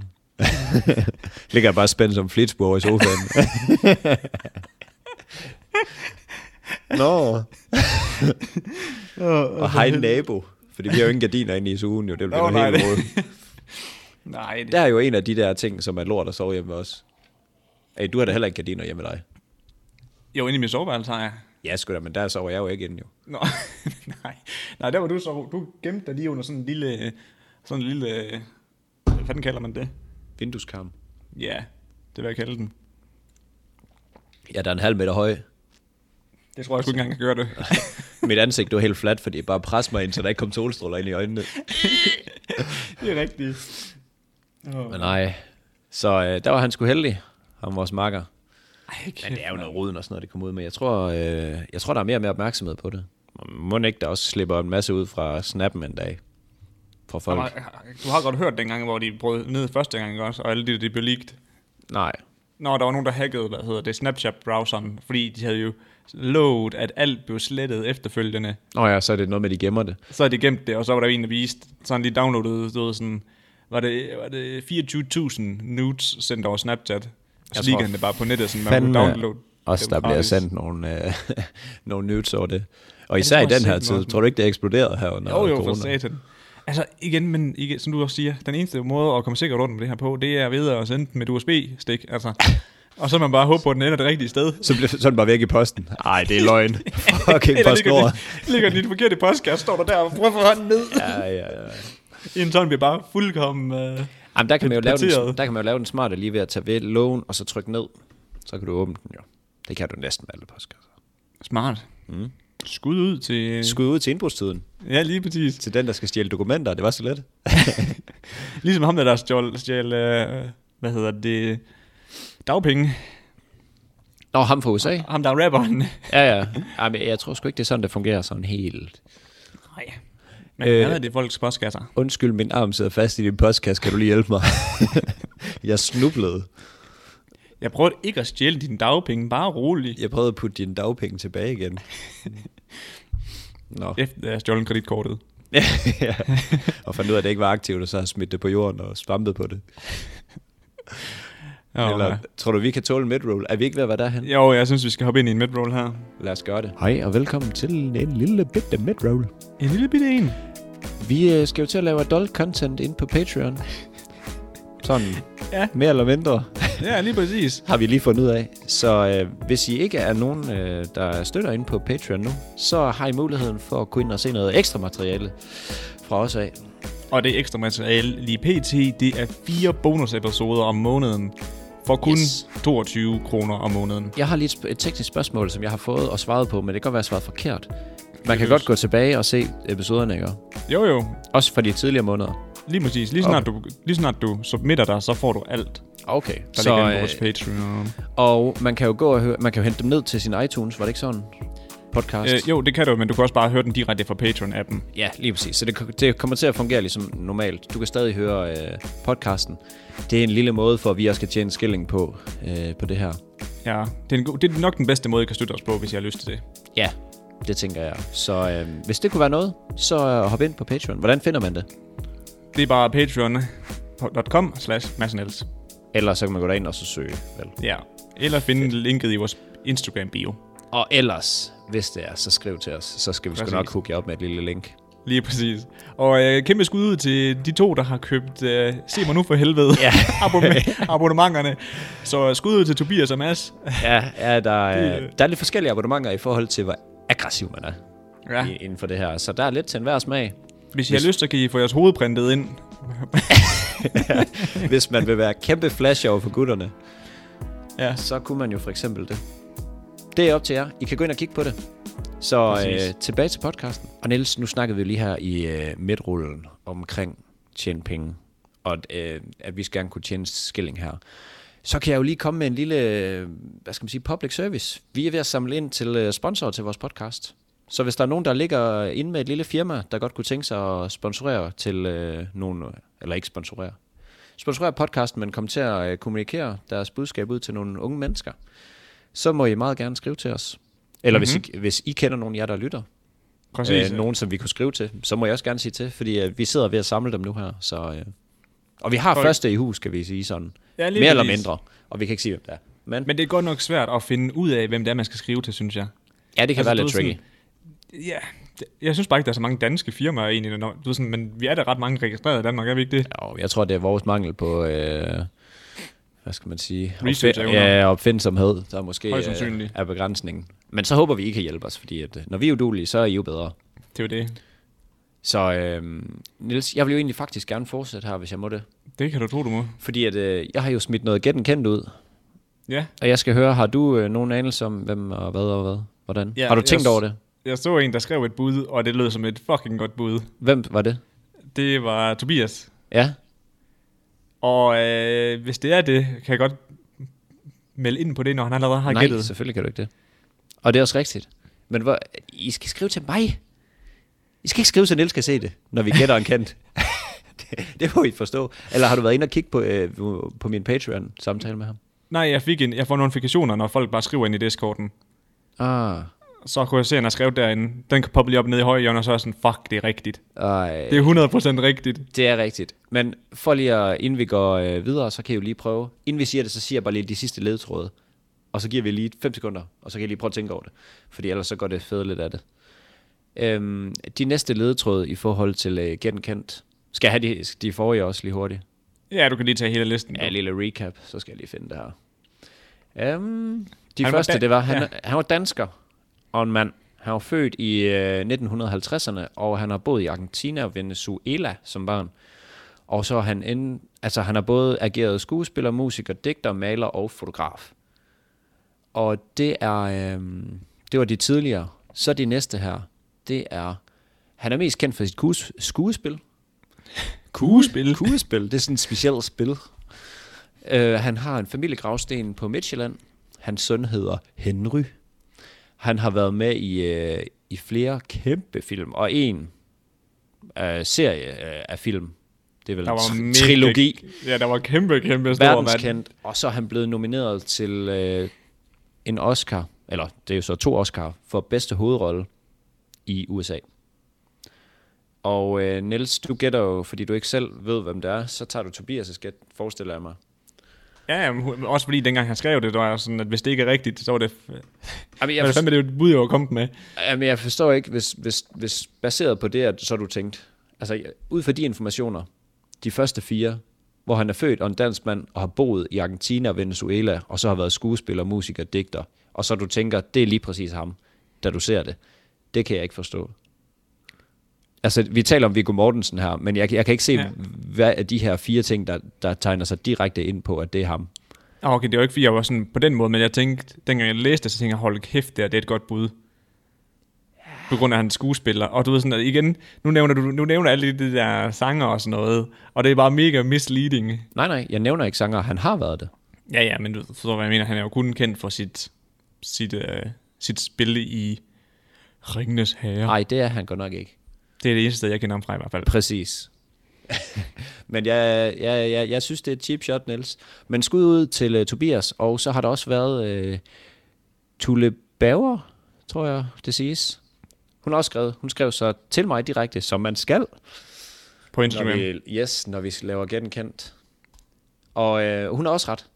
B: Ligger jeg bare spændt som flitsbord i sofaen.
A: (laughs)
B: Nå. Og hej nabo. Fordi vi har jo ingen gardiner inde i sugen, jo. Det bliver
A: altså, Nå,
B: oh,
A: nej,
B: helt
A: det-
B: råd.
A: (laughs) Nej, det,
B: Der er jo en af de der ting, som er lort at sove hjemme også. Hey, du har da heller ikke gardiner hjemme med dig.
A: Jo, inde i min soveværelse har jeg.
B: Ja, sgu da, men der sover jeg jo ikke inde, jo.
A: Nå, (laughs) nej. Nej, der var du så... Du gemte dig lige under sådan en lille... øh, Sådan en lille... øh, fanden kalder man det?
B: Vindueskarm.
A: Ja, det vil jeg kalde den.
B: Ja, der er en halv meter høj.
A: Det tror jeg sgu ikke engang, jeg gør det.
B: Mit ansigt var helt fladt, fordi jeg bare pressede mig ind, så der ikke kom solstråler ind i øjnene.
A: (laughs) det er rigtigt. Oh.
B: Men nej. Så øh, der var han sgu heldig, ham vores makker.
A: Ej,
B: Men det er jo noget roden og sådan noget, det kommer ud med. Jeg tror, øh, jeg tror der er mere og mere opmærksomhed på det. Og Må ikke, der også slipper en masse ud fra snappen en dag. Fra folk.
A: Jamen, Du har godt hørt dengang, hvor de brød ned første gang, ikke også? Og alle de, de blev leaked.
B: Nej.
A: Nå, der var nogen, der hackede, hvad hedder det, Snapchat-browseren, fordi de havde jo lovet, at alt blev slettet efterfølgende.
B: Nå ja, så er det noget med, at de gemmer det.
A: Så havde de gemt det, og så var der en, der viste, sådan lige downloadet, stod sådan, var det, var det 24.000 nudes sendt over Snapchat. Så
B: Jeg
A: ligger
B: tror
A: han det bare på nettet, sådan, man
B: Fanden
A: kunne downloade.
B: også
A: dem
B: der bliver
A: gratis.
B: sendt nogle, øh, (laughs) nogle nudes over det. Og
A: det
B: især
A: tror
B: i
A: jeg
B: den her
A: sent
B: tid,
A: nok.
B: tror du ikke, det er eksploderet her under
A: Jo, jo, for
B: corona?
A: satan. Altså igen, men igen, som du også siger, den eneste måde at komme sikkert rundt med det her på, det er ved at sende den med et USB-stik, altså. Og så man bare håber på, at den ender det rigtige sted.
B: Så bliver sådan bare væk i posten. Nej, det er (laughs) løgn. Fucking
A: Eller ligger
B: postnord.
A: den, ligger den i den forkerte postkasse, står der der og prøver at få hånden ned.
B: Ja, ja, ja.
A: En sådan bliver bare fuldkommen... Øh,
B: Jamen, der kan, man jo lave den,
A: Parteret.
B: der kan man jo lave den smarte lige ved at tage ved lågen, og så trykke ned. Så kan du åbne den jo. Det kan du næsten med alle postkasser.
A: smart.
B: Mm.
A: Skud ud til... øh,
B: Skud ud til indbrudstiden.
A: Ja, lige præcis.
B: Til den, der skal stjæle dokumenter. Det var så let.
A: Ligesom ham der, der stjal... stjal øh, hvad hedder det? Dagpenge.
B: Nå, ham fra USA?
A: Ham der er rapperen.
B: Ja, ja. Jamen, jeg tror sgu ikke, det er sådan, det fungerer sådan helt.
A: Nej. Men
B: Øh.
A: øh, hvad er det folks postkasser?
B: Undskyld, min arm sidder fast i din postkasse. Kan du lige (laughs) hjælpe mig? jeg snublede.
A: Jeg prøvede ikke at stjæle dine dagpenge, bare rolig.
B: Jeg prøvede at putte dine dagpenge tilbage igen. (laughs) Nå.
A: Efter jeg har stjålet kreditkortet.
B: ja. Og fandt ud af, at det ikke var aktivt, og så har jeg smidt det på jorden og svampet på det.
A: Oh,
B: Eller, tror du, vi kan tåle en midroll? Er vi ikke ved at være derhen?
A: Jo, jeg synes, vi skal hoppe ind i en midroll her.
B: Lad os gøre det. Hej, og velkommen til en lille bitte midroll.
A: En lille bitte en.
B: Vi øh, skal jo til at lave adult content ind på Patreon. (laughs) Sådan,
A: Ja.
B: mere eller mindre, (laughs)
A: Ja, lige præcis.
B: har vi lige fundet ud af. Så øh, hvis I ikke er nogen, øh, der støtter ind på Patreon nu, så har I muligheden for at gå ind og se noget ekstra materiale fra os af.
A: Og det ekstra materiale lige pt, det er fire bonusepisoder om måneden. For kun
B: Yes.
A: yes. 22 kroner om måneden.
B: Jeg har lige et, sp- et teknisk spørgsmål, som jeg har fået og svaret på, men det kan godt være, at jeg svarede forkert. Man kan godt gå tilbage og se episoderne, ikke?
A: Jo jo,
B: Også fra de tidligere måneder.
A: lige præcis. Lige snart, okay. du, lige snart du submitter dig, så får du alt,
B: Okay.
A: der
B: Så,
A: ligger inde på
B: øh,
A: vores Patreon.
B: Og man kan jo gå og høre, man kan jo hente dem ned til sin iTunes, var det ikke sådan? Podcast.
A: Øh, jo, det kan du, men du kan også bare høre den direkte fra Patreon-appen.
B: Ja, lige præcis. Så det, det kommer til at fungere ligesom normalt. Du kan stadig høre øh, podcasten. Det er en lille måde for, at vi også kan tjene en skilling på, øh, på det her.
A: Ja, det er, en god, det er nok den bedste måde, I kan støtte os på, hvis I har lyst til det.
B: Ja, det tænker jeg. Så øh, hvis det kunne være noget, så øh, hop ind på Patreon. Hvordan finder man det?
A: Det er bare patreon.com slash massenels.
B: Eller så kan man gå derind og så søge. Vel?
A: Ja, eller finde linket i vores Instagram-bio.
B: Og ellers, hvis det er, så skriv til os. Så skal vi sgu
A: Præcis.
B: nok hooke jer op med et lille link.
A: Lige præcis. Og øh, kæmpe skud ud til de to, der har købt øh, Se mig nu for helvede
B: Ja.
A: (laughs)
B: (laughs)
A: abonne- abonnementerne. Så skud ud til Tobias og Mads.
B: Ja, ja der, er,
A: Det-
B: der er lidt forskellige abonnementer i forhold til, hvor aggressiv man er ja. inden for det her. Så der er lidt til enhver smag. (laughs)
A: Hvis I har lyst, så kan I få jeres hoved printet ind.
B: Hvis man vil være kæmpe flash over for gutterne,
A: Ja,
B: så kunne man jo for eksempel det. Det er op til jer. I kan gå ind og kigge på det. Så
A: Præcis.
B: øh, tilbage til podcasten. Og Niels, nu snakkede vi jo lige her i øh, midtrullen omkring tjene penge, og at, øh, at vi skal gerne kunne tjene skilling her. Så kan jeg jo lige komme med en lille, øh, hvad skal man sige, public service. Vi er ved at samle ind til øh, sponsorer til vores podcast. Så hvis der er nogen, der ligger inde med et lille firma, der godt kunne tænke sig at sponsorere til øh, nogle, eller ikke sponsorere, sponsorere podcasten, men komme til at øh, kommunikere deres budskab ud til nogle unge mennesker, så må I meget gerne skrive til os. Eller mm-hmm. hvis, I, hvis I kender nogen af jer, der lytter,
A: Mhm. præcis.
B: øh, nogen, som vi kunne skrive til, så må jeg også gerne sige til, fordi øh, vi sidder ved at samle dem nu her. Så, øh. Og vi har
A: Folk-
B: første i hus, skal vi sige sådan.
A: Ja, lige
B: Mere eller
A: præcis.
B: mindre. Og vi kan ikke sige, hvem det er. Men, Men
A: Men det er godt nok svært at finde ud af, hvem det er, man skal skrive til, synes jeg.
B: ja, det kan
A: altså,
B: være
A: du
B: lidt
A: ved
B: tricky.
A: Ja, det- jeg synes bare ikke, der er så mange danske firmaer egentlig. når- Du ved sådan, men vi er da ret mange registreret i Danmark, er vi ikke det?
B: Jo, jeg tror, det er vores mangel på... Øh, hvad skal man sige?
A: Research-evner.
B: ja, opfindsomhed, der måske
A: Højst
B: øh,
A: sandsynligt.
B: er begrænsningen. Men så håber vi, I kan hjælpe os, fordi at, øh, når vi er udulige, så er I jo bedre.
A: Det er jo det.
B: Så øhm, Niels, jeg vil jo egentlig faktisk gerne fortsætte her, hvis jeg må det.
A: Det kan du tro, du må.
B: Fordi at, øh, jeg har jo smidt noget gætten kendt ud.
A: Ja.
B: Og jeg skal høre, har du øh, nogen anelse om, hvem og hvad og hvad? Hvordan?
A: Ja,
B: har du
A: jeg
B: tænkt
A: s-
B: over det?
A: Jeg så en, der skrev et bud, og det lød som et fucking godt bud.
B: Hvem var det?
A: Det var Tobias.
B: Ja,
A: Og øh, hvis det er det, kan jeg godt melde ind på det, når han allerede har
B: Nej,
A: gættet.
B: selvfølgelig kan du ikke det. Og det er også rigtigt. Men hvor, I skal skrive til mig. I skal ikke skrive, så Niels kan se det, når vi gætter en kendt. (laughs) det, det må I forstå. Eller har du været inde og kigge på, øh, på min Patreon-samtale med ham?
A: Nej, jeg, fik en, jeg får notifikationer, når folk bare skriver ind i Discorden.
B: Ah,
A: Så kunne jeg se, at han har skrevet derinde. Den kan poppe lige op nede i højre hjørne, og så er jeg sådan, fuck, det er rigtigt.
B: ej,
A: Det
B: det.
A: er 100% rigtigt.
B: det er rigtigt. Men for lige at, inden vi går øh, videre, så kan I jo lige prøve. Inden vi siger det, så siger jeg bare lige de sidste ledtråde. Og så giver vi lige 5 sekunder, og så kan I lige prøve at tænke over det. Fordi ellers så går det fedt lidt af det. Øhm, de næste ledtråde i forhold til øh, genkendt. Skal jeg have de, de forrige også lige hurtigt?
A: Ja, du kan lige tage hele listen.
B: Ja, en lille recap, så skal jeg lige finde det her. Um, de
A: var
B: han første,
A: dan-
B: var det var, han,
A: ja.
B: ja. han var dansker og en mand. Han var født i øh, 1950'erne, og han har boet i Argentina og Venezuela som barn. Og så er han en, altså han har både ageret skuespiller, musiker, digter, maler og fotograf. Og det er, øh, det var de tidligere. Så de næste her, det er, han er mest kendt for sit kus, skuespil,
A: Kuespil.
B: Kuglespil, det er sådan et specielt spil. Uh, han har en familiegravsten på Midtjylland. Hans søn hedder Henry. Han har været med i, uh, i flere kæmpe film, og en uh, serie uh, af film. Det er vel
A: Der var
B: en
A: mega-
B: tri- trilogi,
A: Ja, der var kæmpe, kæmpe stor, mand.
B: verdenskendt. Og så er han blevet nomineret til uh, en Oscar, eller det er jo så to Oscar, for bedste hovedrolle i USA. Og øh, Niels, du gætter jo, fordi du ikke selv ved, hvem det er, så tager du Tobias' gæt, forestiller jeg mig.
A: Ja, ja, men hu- også fordi dengang han skrev det, der var jeg sådan, at hvis det ikke er rigtigt, så var det... F-
B: Jamen,
A: jeg
B: jeg,
A: hvad
B: forstår,
A: fanden er det jo et bud, jeg var kommet med?
B: jamen, jeg forstår ikke, hvis, hvis, hvis baseret på det, at så har du tænkt, altså jeg- ud fra de informationer, de første fire, hvor han er født og en dansk mand, og har boet i Argentina og Venezuela, og så har været skuespiller, musiker, digter, og så du tænker, det er lige præcis ham, da du ser det. Det kan jeg ikke forstå. Altså, vi taler om Viggo Mortensen her, men jeg, jeg kan ikke se,
A: Ja.
B: ja. hvad er de her fire ting, der, der tegner sig direkte ind på, at det er ham.
A: Ah, okay, det var ikke, fordi jeg var sådan på den måde, men jeg tænkte, dengang jeg læste det, så tænkte jeg, hold kæft, det, her, det er et godt bud. På grund af hans skuespiller. Og du ved sådan, at igen, nu nævner du nu nævner alle de der sanger og sådan noget, og det er bare mega misleading.
B: Nej, nej, jeg nævner ikke sanger, han har været det.
A: Ja, ja, men du forstår, hvad jeg mener. Han er jo kun kendt for sit, sit, øh, sit spil i Ringenes Herre.
B: Nej, det er han godt nok ikke.
A: Det er det eneste, jeg kender ham fra i hvert fald.
B: Præcis. (laughs) Men jeg, jeg, jeg, jeg synes, det er et cheap shot, Niels. Men skud ud til uh, Tobias, og så har der også været uh, Tulle Bauer, tror jeg, det siges. Hun har også skrevet, hun skrev så til mig direkte, som man skal,
A: På
B: når
A: Instagram.
B: vi, yes, når vi laver genkendt. Og øh, hun har også ret.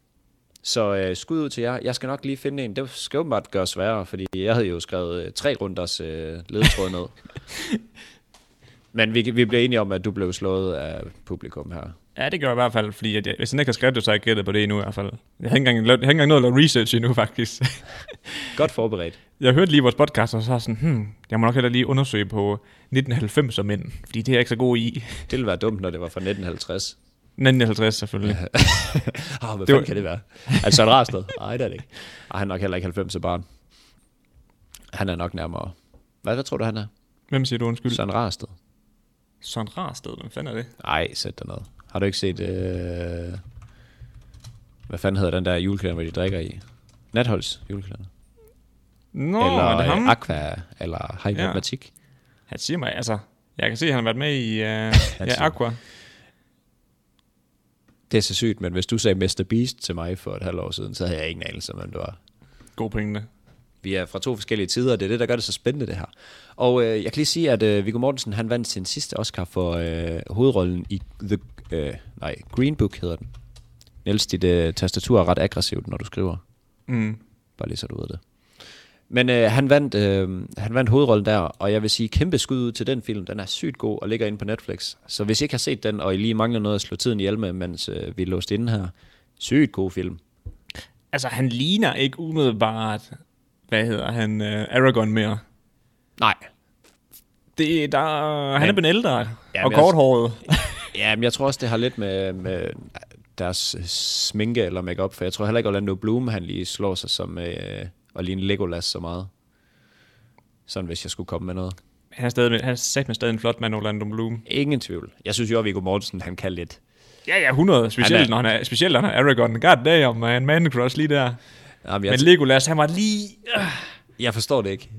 B: Så øh, skud ud til jer. Jeg skal nok lige finde en. Det skal åbenbart gøre sværere, fordi jeg havde jo skrevet øh, tre runders øh, ledetråd (laughs) ned. Men vi, vi bliver enige om, at du blev slået af publikum her.
A: Ja, det gør jeg i hvert fald, fordi at jeg, hvis han ikke har skrevet det, så har jeg ikke gættet på det endnu i hvert fald. Jeg har ikke engang, lavet, jeg har ikke engang nået at lave research endnu, faktisk. (laughs)
B: Godt forberedt.
A: Jeg hørte lige vores podcast, og så var jeg sådan, hmm, jeg må nok heller lige undersøge på 1990'er mænd, fordi det er jeg ikke så god i.
B: Det ville være dumt, når det var fra 1950.
A: 1950 selvfølgelig.
B: Oh,
A: Det
B: hvad
A: var-
B: det var... kan det være? (laughs) Altså en rar sted? Nej, det er det ikke. Ej, han er nok heller ikke 90 barn. Han er nok nærmere. Hvad, hvad tror du, han er?
A: Hvem siger du undskyld?
B: Så en rar sted.
A: Sådan rar sted, hvem fanden er det?
B: Ej, sæt dig ned. Har du ikke set... Øh... Hvad fanden hedder den der julekalender, hvor de drikker i? Natholds julekalender.
A: Nå,
B: eller
A: eller, er det ham?
B: øh, Aqua, eller High
A: Ja.
B: Matematik.
A: Han siger mig, altså, jeg kan se, at han har været med
B: (laughs)
A: i uh, ja,
B: siger-
A: Aqua.
B: Det er så sygt, men hvis du sagde Mr. Beast til mig for et halvt år siden, så havde jeg ingen anelse om, hvem det var.
A: God pointe.
B: Vi er fra to forskellige tider, og det er det, der gør det så spændende, det her. Og øh, jeg kan lige sige, at øh, Viggo Mortensen, han vandt sin sidste Oscar for øh, hovedrollen i The... Øh, nej, Green Book hedder den. Niels, dit øh, tastatur er ret aggressivt, når du skriver.
A: Mm.
B: Bare lige så du ved det. Men øh, han, vandt, øh, han vandt hovedrollen der, og jeg vil sige kæmpe skud ud til den film. Den er sygt god og ligger inde på Netflix. Så hvis I ikke har set den, og I lige mangler noget at slå tiden ihjel med, mens øh, vi er låst inde her. Sygt god film.
A: Altså, han ligner ikke Øh, umiddelbart, hvad hedder han, uh, Aragorn mere.
B: Nej.
A: Det, der, han er
B: Men-
A: blevet ældre
B: Ja,
A: og
B: men jeg-
A: korthåret.
B: Ja, men jeg tror også, det har lidt med, med deres øh, sminke eller makeup, for jeg tror heller ikke, Orlando Bloom, han lige slår sig som øh, og ligne Legolas så meget. Sådan, hvis jeg skulle komme med noget.
A: Han er, stadig, han er sat med stadig en flot mand, Orlando Bloom.
B: Ingen tvivl. Jeg synes jo, at Viggo Mortensen, han kan lidt.
A: Ja, ja, 100. Specielt,
B: Han er-
A: når han er, specielt når han er Aragorn. God damn, man. Man crush lige der.
B: Jamen,
A: Men
B: jeg,
A: Legolas, han var lige... øh,
B: jeg forstår det ikke.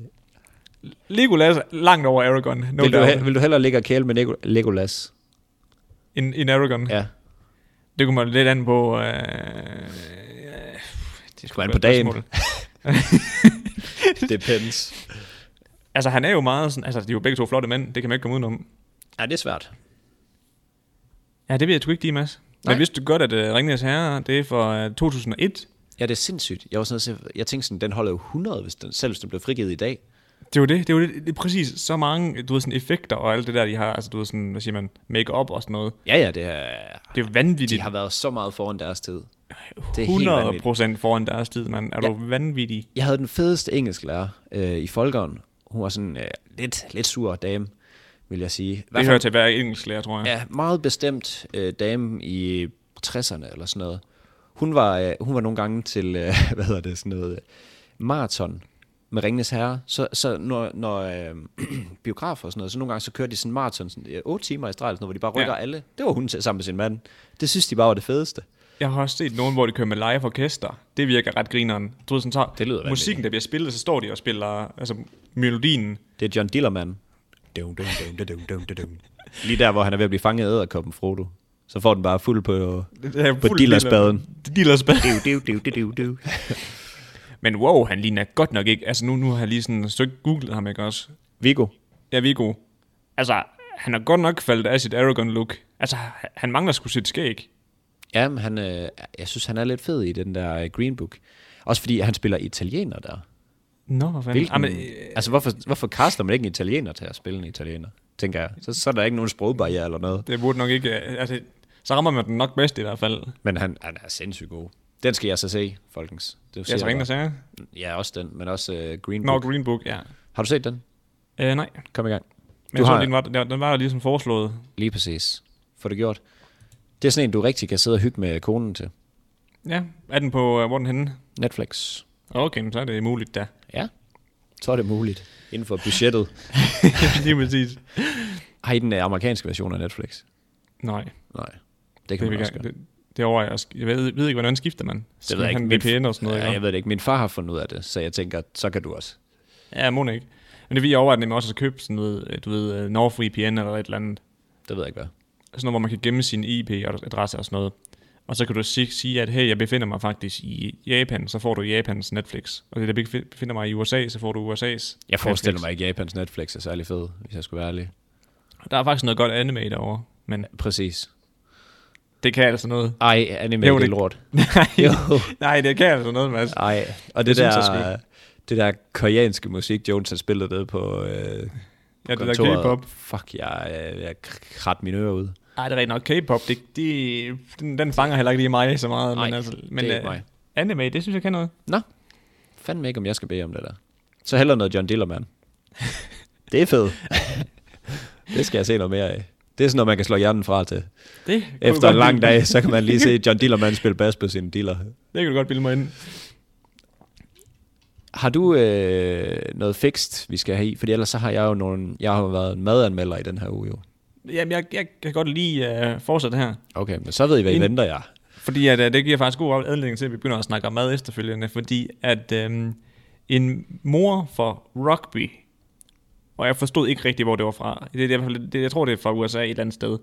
A: Legolas er langt over Aragorn. No
B: Vil du,
A: doubt.
B: he- vil du hellere ligge og kæle med Nico- Legolas?
A: En, en Aragorn.
B: Ja.
A: Det kunne man lidt an på... Øh, øh, det
B: Kommer
A: skulle
B: an på dagen. Depends.
A: Altså, han er jo meget sådan... Altså, de er jo begge to flotte mænd. Det kan man ikke komme udenom.
B: Ja, det er svært.
A: Ja, det ved jeg sgu ikke lige, Mads.
B: Nej.
A: Men vidste du godt, at uh, Ringnes Herre, det er fra uh, 2001?
B: Ja, det er sindssygt. Jeg, var sådan, noget til- jeg tænkte sådan, den holder jo 100, hvis den, selv hvis den blev frigivet i dag.
A: Det er jo det. Det er jo det, det er præcis så mange du ved, sådan effekter og alt det der, de har. Altså, du ved, sådan, hvad siger man, make-up og sådan noget.
B: Ja, ja, det er,
A: Det er jo vanvittigt.
B: de har været så meget foran deres tid. Det er helt
A: 100
B: vanvittigt.
A: procent foran deres tid, mand. Er du vanvittig?
B: Jeg havde den fedeste engelsklærer øh, i folkeren. Hun var sådan øh, lidt, lidt sur dame, vil jeg sige.
A: Det
B: Hvert
A: hører
B: fald,
A: til at være engelsklærer, tror jeg.
B: ja, meget bestemt øh, dame i 60'erne eller sådan noget. Hun var, øh, hun var nogle gange til, øh, (laughs) hvad hedder det, sådan noget, øh, maraton med Ringnes Herre. Så, så når, når øh, (clears throat) biografer og sådan noget, så nogle gange så kørte de sådan en maraton, sådan, øh, 8 timer i streg, eller sådan noget, hvor de bare rykker
A: Ja.
B: alle. Det var hun til, sammen med sin mand. Det synes de bare var det fedeste.
A: Jeg har også set nogen, hvor de kører med live orkester. Det virker ret grineren. Du ved, sådan, så
B: Det lyder vanvittigt.
A: musikken, der bliver spillet, så står de og spiller altså, melodien.
B: Det er John Dillermand. Dum, dum, dum, dum, dum, dum, dum, dum. Lige der, hvor han er ved at blive fanget af æderkoppen Frodo. Så får den bare fuld på,
A: Det er
B: på
A: fuld
B: dillerspaden.
A: lille- Dillerspaden.
B: Du, du, du, du, du, du.
A: (laughs) Men wow, han ligner godt nok ikke. Altså nu, nu har jeg lige sådan søgt googlet ham, ikke også?
B: Viggo.
A: Ja, Viggo. Altså, han har godt nok faldet af sit Aragorn-look. Altså, han mangler sgu sit skæg.
B: Jamen, han, øh, jeg synes, han er lidt fed i den der øh, Green Book. Også fordi han spiller italiener der.
A: Nå, hvad fanden.
B: Hvilken,
A: Jamen,
B: Jamen,
A: øh,
B: altså, hvorfor, hvorfor kaster man ikke en italiener til at spille en italiener? Tænker jeg. Så, så er der ikke nogen sprogbarriere eller noget.
A: det burde nok ikke... øh, Altså, så rammer man den nok bedst i hvert fald.
B: Men han, han er sindssygt god. Den skal jeg så se, folkens. Det
A: Ja,
B: siger
A: så ringer sager.
B: bare. ja, også den, men også øh, Green
A: Nå,
B: Book.
A: Green Book, ja.
B: Har du set den?
A: Øh, nej,
B: Kom i gang.
A: men du jeg har... så, den var, den den var jo ligesom foreslået.
B: Lige præcis. Få det gjort. Det er sådan en, du rigtig kan sidde og hygge med konen til.
A: Ja, er den på, uh, hvor er den henne?
B: Netflix.
A: Okay, men så er det muligt
B: (laughs)
A: da.
B: Ja. Så er det muligt. Inden for budgettet.
A: Lige præcis.
B: Har I den øh, amerikanske version af Netflix?
A: Nej,
B: Nej.
A: det,
B: Det kan det man
A: det,
B: også
A: det,
B: gøre.
A: det, det overvejer jeg. også. Jeg ved, ved ikke, hvordan skifter man.
B: Det ved jeg ikke.
A: Han
B: Min-
A: VPN og sådan noget.
B: Ja,
A: Ja,
B: jeg ved det ikke. Min far har fundet ud af det, så jeg tænker, så kan du også.
A: ja må ikke. Men det vi overvejer nemlig også at købe sådan noget, øh, du ved, uh, NordVPN eller et eller andet.
B: Det ved jeg ikke, hvad.
A: Sådan noget, hvor man kan gemme sin IP-adresse og sådan noget. Og så kan du sige, sige, at hey, jeg befinder mig faktisk i Japan, så får du Japans Netflix. Og det, der befi- befinder mig i USA, så får du USA's
B: Jeg forestiller
A: Netflix.
B: mig ikke, at Japans Netflix er særlig fed, hvis jeg skulle være ærlig.
A: Der er faktisk noget godt anime derovre, men
B: Præcis.
A: det kan altså noget. (laughs)
B: Ej, anime
A: Jo,
B: jo, det er
A: det-
B: lort.
A: Nej,
B: Jo.
A: nej det kan altså noget, Mads.
B: (laughs) Ej, og
A: Det
B: det, det
A: synes jeg
B: der, det der koreanske musik, Jones har spillet nede på øh,
A: Ja, det der
B: kontoret.
A: K-pop.
B: Fuck, jeg, jeg, jeg krat mine ører ud.
A: Nej, det er rigtig nok K-pop. Det, det, den, den fanger heller ikke lige mig så meget.
B: Nej,
A: men altså, men,
B: det er ikke
A: øh,
B: mig.
A: Anime, det synes jeg kan noget.
B: Nå, fandme ikke, om jeg skal bede om det der. Så heller noget
A: (laughs)
B: John Dillermand. det er fedt. det skal jeg se noget mere af. Det er sådan noget, man kan slå hjernen fra til.
A: Det kunne du
B: Efter
A: godt
B: en lang
A: bilde-
B: dag, så kan man lige
A: (laughs)
B: se John Dillermand spille bas på sine diller.
A: Det kan du godt bilde mig ind.
B: Har du øh, noget fikst, vi skal have i? Fordi ellers så har jeg jo nogle... Jeg har jo været en madanmelder i den her uge jo.
A: Jamen, jeg, jeg kan godt lige uh, fortsætte her.
B: Okay, men så ved I, hvad I
A: En-
B: venter jer.
A: Fordi at, øh, det giver faktisk god anledning til, at vi begynder at snakke om mad efterfølgende, fordi at øhm, en mor for rugby, og jeg forstod ikke rigtigt, hvor det var fra. Det, er i hvert fald- det, jeg tror, det er fra USA et eller andet sted.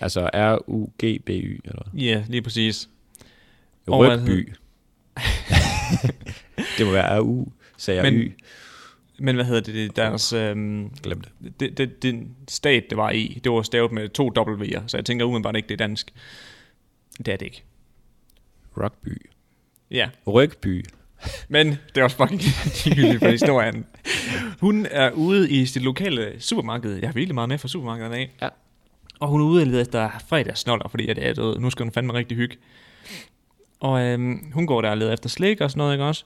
B: Altså R-U-G-B-Y, eller
A: Ja, yeah, lige præcis. Og hvad hed-
B: Rødby. (laughs) det må være R-U, sagde jeg
A: Men-
B: Y. men,
A: Men hvad hedder det, det, deres, øhm,
B: Glem det.
A: det, det, den stat, det var i, det var stavet med to W'er, så jeg tænker umiddelbart ikke, det er dansk. Det er det ikke.
B: Rugby.
A: Ja,
B: Rygby.
A: men det er også fucking ligegyldigt for historien. Hun er ude i sit lokale supermarked. Jeg har virkelig meget med fra supermarkederne af.
B: Ja.
A: Og hun er ude og leder efter fredagsnoller, fordi at, at, øh, nu skal hun fandme rigtig hygge. Og øhm, hun går der og leder efter slik og sådan noget, ikke også?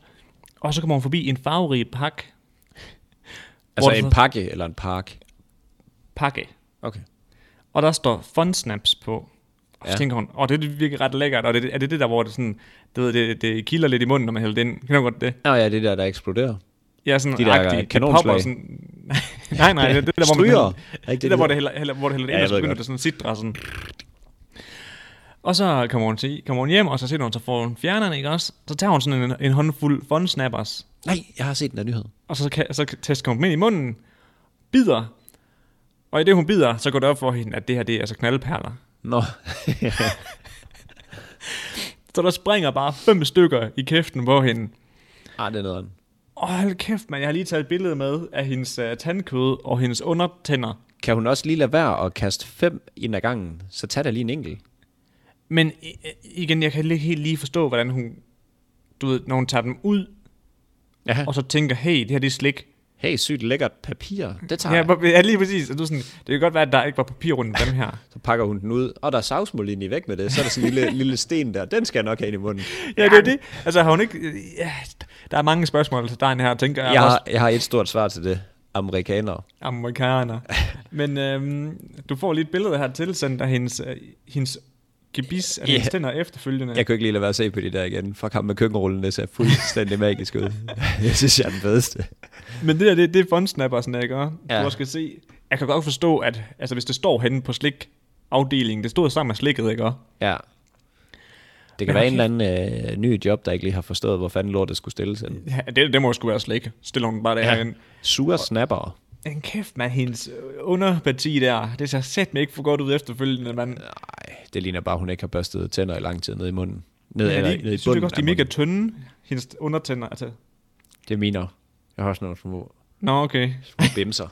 A: Og så kommer hun forbi en farverig pakke.
B: Altså
A: Hvor-
B: en pakke eller en park.
A: pakke,
B: Okay.
A: og der står fun snaps på. Og så
B: Ja.
A: ja. tænker hun, åh, det virker ret lækkert, og det, er det det der, hvor det sådan, det, ved, det, det kilder lidt i munden, når man hælder det ind. Kan du godt det?
B: Nå ja, det der, der eksploderer.
A: Ja, sådan
B: De der
A: agtig. Det
B: kanonslag.
A: popper sådan... (laughs) nej, nej, det, er det der, hvor man
B: Stryger.
A: hælder-
B: Er ikke
A: det,
B: det,
A: det
B: det
A: der, hvor
B: hedder?
A: det hælder, hælder, hvor det hælder det
B: Ja,
A: ind,
B: jeg
A: og så
B: ved
A: begynder
B: godt.
A: det sådan at sidre sådan... Og så kommer hun, til, kommer hun hjem, og så sidder hun, så får hun fjerneren, ikke også? Så tager hun sådan en, en håndfuld fondsnappers,
B: Nej, jeg har set den der nyhed.
A: og så, kan, så tester hun dem ind i munden, bider, og i det, hun bider, så går det op for hende, at det her, det er altså knaldperler.
B: Nå.
A: Så der springer bare fem stykker i kæften på hende.
B: (laughs) ah, det er noget andet.
A: Åh, hold kæft, man, jeg har lige taget et billede med af hendes uh, tandkød og hendes undertænder.
B: Kan hun også lige lade være at kaste fem ind ad gangen, så tag der lige en enkelt.
A: Men i- i- igen, jeg kan ikke helt lige forstå, hvordan hun, du ved, når hun tager dem ud,
B: Ja.
A: og så tænker, hey, det her det er slik.
B: Hey, sygt lækkert papir. Det tager
A: Ja,
B: jeg.
A: hvor- ja, lige præcis. Og du er sådan, det kan godt være, at der ikke var papir rundt
B: (laughs)
A: om dem her.
B: Så pakker hun den ud, og der er savsmolin i væk med det. Så er der sådan
A: (laughs)
B: en lille, lille sten der. Den skal jeg nok have ind i munden.
A: ja, det er det. Altså, har hun ikke... Ja, der er mange spørgsmål til dig her, tænker jeg.
B: Jeg
A: også
B: har, jeg har et stort svar til det. Amerikanere. (laughs)
A: amerikaner. Men øhm, du får lige et billede her tilsendt af hendes, øh, hendes gebis, af
B: Ja.
A: hendes tænder efterfølgende.
B: Jeg kunne ikke lige lade være at se på de der igen. Fuck ham med køkkenrullen, det ser fuldstændig magisk ud. (laughs) Jeg synes, jeg er den bedste.
A: Men det der, det, det er fondsnapper, sådan ikke? Og Du
B: Ja.
A: også skal se. Jeg kan godt forstå, at altså, hvis det står henne på slik afdelingen, det stod sammen med slikket, ikke? også?
B: Ja. Det
A: Men
B: kan være en
A: okay.
B: eller anden øh, ny job, der ikke lige har forstået, hvor fanden lortet skulle stilles ind.
A: Ja, det, det må sgu være slik. Stiller hun bare det ja. herinde.
B: Sure snappere.
A: En kæft, man, hendes øh, underparti der, det ser sæt mig ikke for godt ud efterfølgende, mand.
B: Nej, det ligner bare, hun ikke har børstet tænder i lang tid ned i munden. Ned,
A: Ja,
B: eller,
A: de,
B: ned i
A: synes du
B: bunden
A: ikke også, de
B: af
A: er mega
B: munden.
A: tynde, hendes undertænder. Altså.
B: Det er mine. Jeg har også nogle små,
A: Nå, okay.
B: (laughs) små bimser.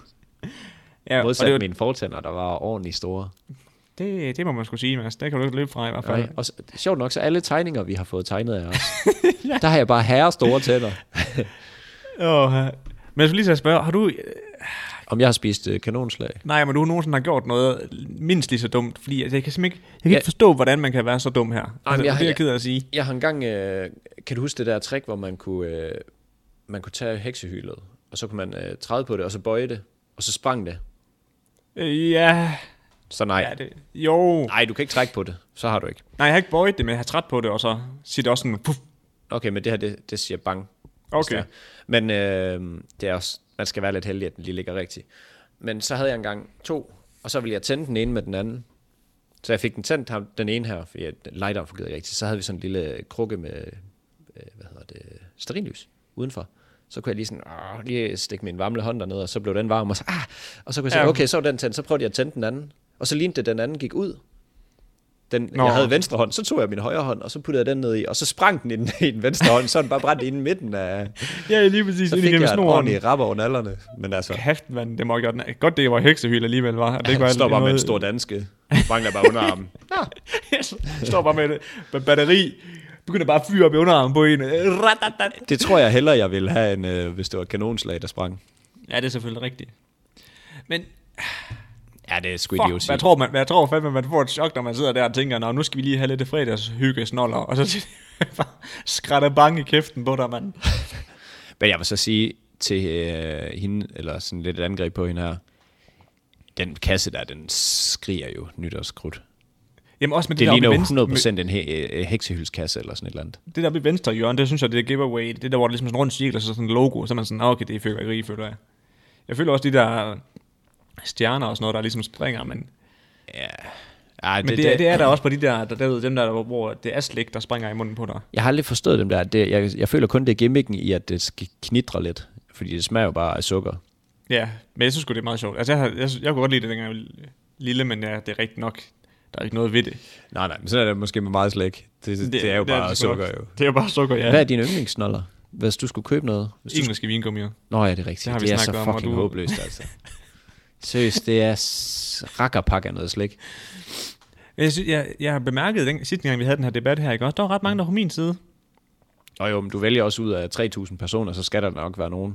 A: Ja, og
B: Modsat
A: det, er
B: var...
A: jo-
B: mine fortænder, der var ordentligt store.
A: det, det må man skulle sige, Mads. Det kan du ikke løbe fra i hvert fald.
B: Nej. Og så, sjovt nok, så alle tegninger, vi har fået tegnet (laughs) af os, der har jeg bare herre store tænder.
A: Åh, ja. men jeg skulle lige til at spørge, har du...
B: Om jeg har spist øh, kanonslag?
A: Nej, men du nogensinde har gjort noget mindst lige så dumt, fordi altså, jeg kan simpelthen ikke, jeg kan
B: Ja.
A: ikke forstå, hvordan man kan være så dum her. Altså,
B: jeg
A: det er
B: har-
A: jeg ked af at sige.
B: Jeg har engang, øh, kan du huske det der trick, hvor man kunne, øh, man kunne tage heksehylet, og så kunne man øh, træde på det, og så bøje det, og så sprang det.
A: Øh, ja,
B: Så nej.
A: ja det, jo.
B: Nej, du kan ikke trække på det. Så har du ikke.
A: Nej, jeg har ikke bøjet det, men jeg har træt på det, og så siger det også sådan, puff.
B: Okay, men det her, det, det siger bang. hvis
A: Okay.
B: det er. Men øh, det er også, man skal være lidt heldig, at den lige ligger rigtigt. Men så havde jeg engang to, og så ville jeg tænde den ene med den anden. Så jeg fik den tændt, ham- den ene her, fordi at lighteren fungerede ikke rigtigt. Så havde vi sådan en lille krukke med, øh, hvad hedder det, sterinlys udenfor. Så kunne jeg lige sådan, åh, lige stikke min varme hånd derned, og så blev den varm, og så, ah! og så kunne jeg sige,
A: Ja.
B: okay, så var den tændt, så prøvede jeg at tænde den anden. Og så lignede det, den anden gik ud. Den,
A: Nå.
B: jeg havde venstre hånd, så tog jeg min højre hånd, og så puttede jeg den ned i, og så sprang den i den, i den venstre hånd, så den bare brændte inde i midten af,
A: Ja, lige præcis.
B: så
A: ind
B: fik
A: igennem
B: jeg en
A: snoren.
B: ordentlig rap over nallerne. Men altså,
A: Kæft, mand, det må jeg godt. Godt, det var heksehyl alligevel, var. Og det
B: jeg
A: gør
B: står bare med en
A: noget-
B: stor danske. Mangler bare
A: (laughs)
B: underarmen.
A: Yes, står bare med, et- med batteri. Begynder bare at fyre op i underarmen på en. Ratatatat.
B: Det tror jeg hellere, jeg ville have, end øh, hvis det var et kanonslag, der sprang.
A: Ja, det er selvfølgelig rigtigt. Men
B: Ja, det er sgu
A: fuck, jeg tror, man, hvad jeg tror fandme, man får et chok, når man sidder der og tænker, Nå, nu skal vi lige have lidt fredagshygge snoller, og så (laughs) skrætter bange i kæften på dig, mand.
B: Men jeg vil så sige til øh, hende, eller sådan lidt et angreb på hende her, den kasse der, den skriger jo nytårskrudt.
A: Jamen også med det,
B: Det
A: det der
B: ligner
A: oppe
B: jo
A: i venstre,
B: 100% en he- øh, heksehylskasse eller sådan et eller andet.
A: med- det der oppe i venstre hjørne, det synes jeg, det er giveaway. Det der, hvor der ligesom er sådan en rund cirkel, og så sådan et logo, så er man sådan, "Nå, okay, det er fyrværkeri, føler jeg. Jeg føler også de der stjerner og sådan noget, der ligesom springer, men,
B: Ej,
A: men det, det, det, er der også på de der, der, der, ved, dem der, hvor, hvor det er slik, der springer i munden på dig.
B: Jeg har aldrig forstået dem der. Det, jeg, jeg føler kun, det er gimmicken i, at det skal knitre lidt. Fordi det smager jo bare af sukker.
A: Ja, men jeg synes sgu, det er meget sjovt. Altså, jeg, har, jeg, synes- jeg kunne godt lide det, dengang jeg var lille, men ja, det er rigtigt nok. Der er ikke noget ved det.
B: Nej, nej, men sådan er det måske med meget slik. Det, det, det er jo det, bare
A: det
B: det,
A: sgu nok.
B: sukker jo.
A: Det er jo bare sukker, ja.
B: Hvad er din yndlingsnoller? Hvis du skulle købe noget? Hvis du...
A: Engelske vingummier.
B: Nå ja, det er rigtigt.
A: Det
B: Det,
A: har vi
B: det er så
A: snakket om, og
B: fucking
A: du-
B: du... håbløst, altså. Seriøst, det er s- rakkerpakke af noget slik.
A: Jeg, synes, jeg, jeg har bemærket, den, sidste gang vi havde den her debat her, ikke også? Der var ret mange, der var på min side.
B: Nå jo, men du vælger også ud af 3.000 personer, så skal der nok være nogen.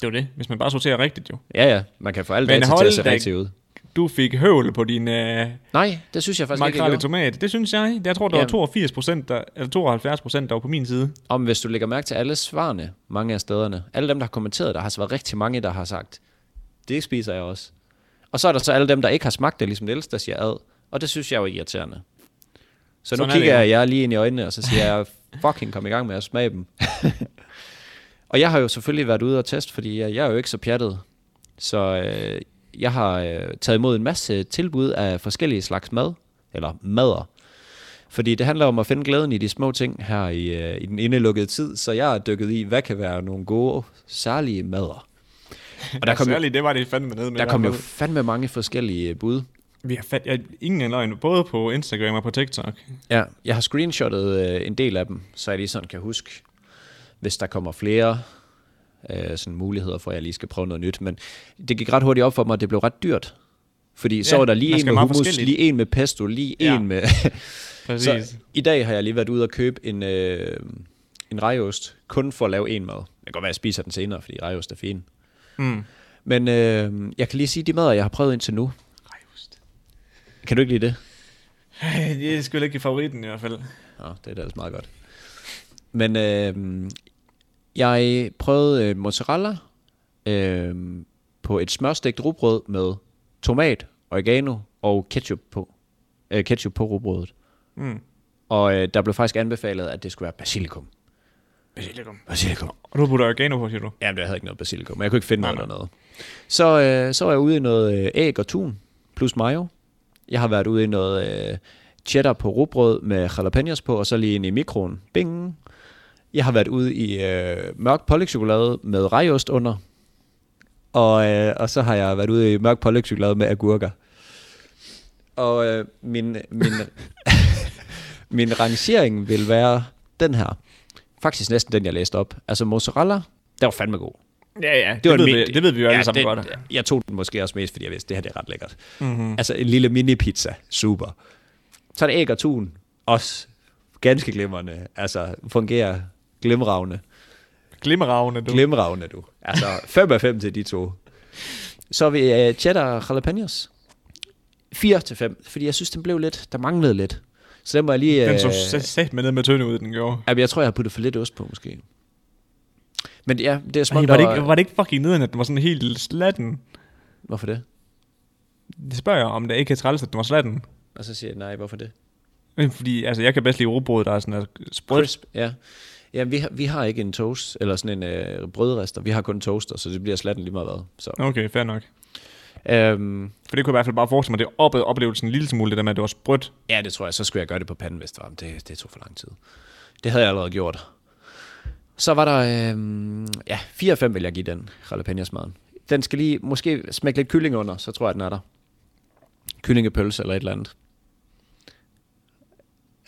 A: Det var det, hvis man bare sorterer rigtigt jo.
B: Ja, ja, man kan få alle
A: Men
B: data til
A: hold
B: at se
A: da-
B: rigtigt ud.
A: Du fik høvl på din øh,
B: Nej, det synes jeg faktisk ikke, jeg
A: makrel i
B: gjorde.
A: tomat. Det synes jeg. Jeg tror, der var
B: Jamen.
A: 82 procent, eller 72 procent, der var på min side.
B: Om hvis du lægger mærke til alle svarene, mange af stederne, alle dem, der har kommenteret, der har altså været rigtig mange, der har sagt, det spiser jeg også. Og så er der så alle dem, der ikke har smagt det, ligesom Niels, der siger ad. Og det synes jeg jo er irriterende. Så nu
A: Sådan er
B: Sådan kigger
A: det,
B: jeg jer lige ind i øjnene, og så siger
A: (laughs)
B: jeg, fucking kom i gang med at smage dem. (laughs) og jeg har jo selvfølgelig været ude og teste, fordi jeg, jeg er jo ikke så pjattet. Så øh, jeg har øh, taget imod en masse tilbud af forskellige slags mad, eller mader. Fordi det handler om at finde glæden i de små ting her i, øh, i den indelukkede tid, så jeg er dykket i, hvad kan være nogle gode, særlige mader. Og der kom, jo,
A: Særligt, Altså, det var det fandme ned med.
B: der kom
A: i
B: jo
A: hvert fald.
B: fandme mange forskellige øh, bud.
A: Vi har fat... Jeg, ingen er løgn, både på Instagram og på TikTok.
B: Ja, jeg har screenshottet øh, en del af dem, så jeg lige sådan kan huske, hvis der kommer flere øh, sådan muligheder for, at jeg lige skal prøve noget nyt. Men det gik ret hurtigt op for mig, at det blev ret dyrt. Fordi så
A: Ja,
B: var der lige
A: man
B: en
A: skal
B: med
A: meget
B: hummus,
A: forskelligt.
B: lige en med pesto, lige
A: Ja.
B: en med... (laughs)
A: Præcis.
B: så
A: Så...
B: i dag har jeg lige været ude og købe en, øh, en rejost, kun for at lave en mad. Det kan godt være, at jeg spiser den senere, fordi rejost er fin.
A: Mm.
B: Men øh, jeg kan lige sige de mader, jeg har prøvet indtil nu.
A: Rejost.
B: Kan du ikke lide det?
A: Ej, Det er sgu ikke i favoritten i hvert fald.
B: Nå, det er da altså meget godt. Men øh, jeg prøvede øh, mozzarella øh, på et smørstegt rugbrød med tomat, oregano og ketchup på. Øh, ketchup på rugbrødet.
A: Mm.
B: Og øh, der blev faktisk anbefalet, at det skulle være basilikum.
A: Basilikum.
B: Basilikum?
A: Og du putter oregano på, siger du?
B: Jamen, jeg havde ikke noget basilikum, men jeg kunne ikke finde
A: Nej,
B: noget eller noget. Så, øh, så var jeg ude i noget øh, æg og tun, plus mayo. Jeg har været ude i noget øh, cheddar på rugbrød med jalapenos på, og så lige ind i mikroen. Bing! Jeg har været ude i øh, mørk pålægtschokolade med rejost under. Og, øh, og så har jeg været ude i mørk pålægtschokolade med agurker. Og øh, min, min, (laughs) min rangering vil være den her. Faktisk næsten den, jeg læste op. Altså mozzarella, der var fandme god.
A: Ja, ja. Det, det, ved,
B: en
A: vi,
B: mængde-
A: det ved vi jo alle sammen
B: det,
A: godt. Mhm.
B: Jeg tog den måske også mest, fordi jeg vidste, det her det er ret lækkert. Mm-hmm. Altså en lille mini-pizza. Super. Så er det æg og tun. Også ganske glimrende. Altså fungerer glimragende.
A: Glimmeragende, du.
B: Glimragende, du. Altså 5 af 5 til de to. Så har vi uh, cheddar jalapenos. 4 til 5, fordi jeg synes, den blev lidt, der manglede lidt. Så den må jeg lige...
A: Den
B: øh,
A: så sat- sat med ned med tynde ud, den gjorde.
B: Jamen, jeg tror, jeg har puttet for lidt ost på, måske. Men ja, det er
A: Ej,
B: smukt.
A: var, det
B: og-
A: ikke, var det ikke fucking nederen, at den var sådan helt slatten?
B: Hvorfor det?
A: Det spørger jeg, om det ikke er træls, at den var slatten.
B: Og så siger jeg, nej, hvorfor det?
A: Men Fordi altså, jeg kan bedst lide rugbrød, der er sådan altså, sprødt.
B: Crisp, ja. Ja, vi har, vi har ikke en toast, eller sådan en øh, brødrester. Vi har kun en toaster, så det bliver slatten lige meget hvad. Så.
A: Okay, fair nok.
B: Øhm,
A: For det kunne jeg i hvert fald bare forestille mig, det op- oplevelsen en lille smule, det der med, at det var sprødt.
B: ja, det tror jeg. Så skulle jeg gøre det på panden, hvis det var. Men det, det tog for lang tid. Det havde jeg allerede gjort. Så var der, øhm, ja, 4-5 vil jeg give den jalapenosmaden. Den skal lige, måske smække lidt kylling under, så tror jeg, den er der. Kyllingepølse eller et eller andet.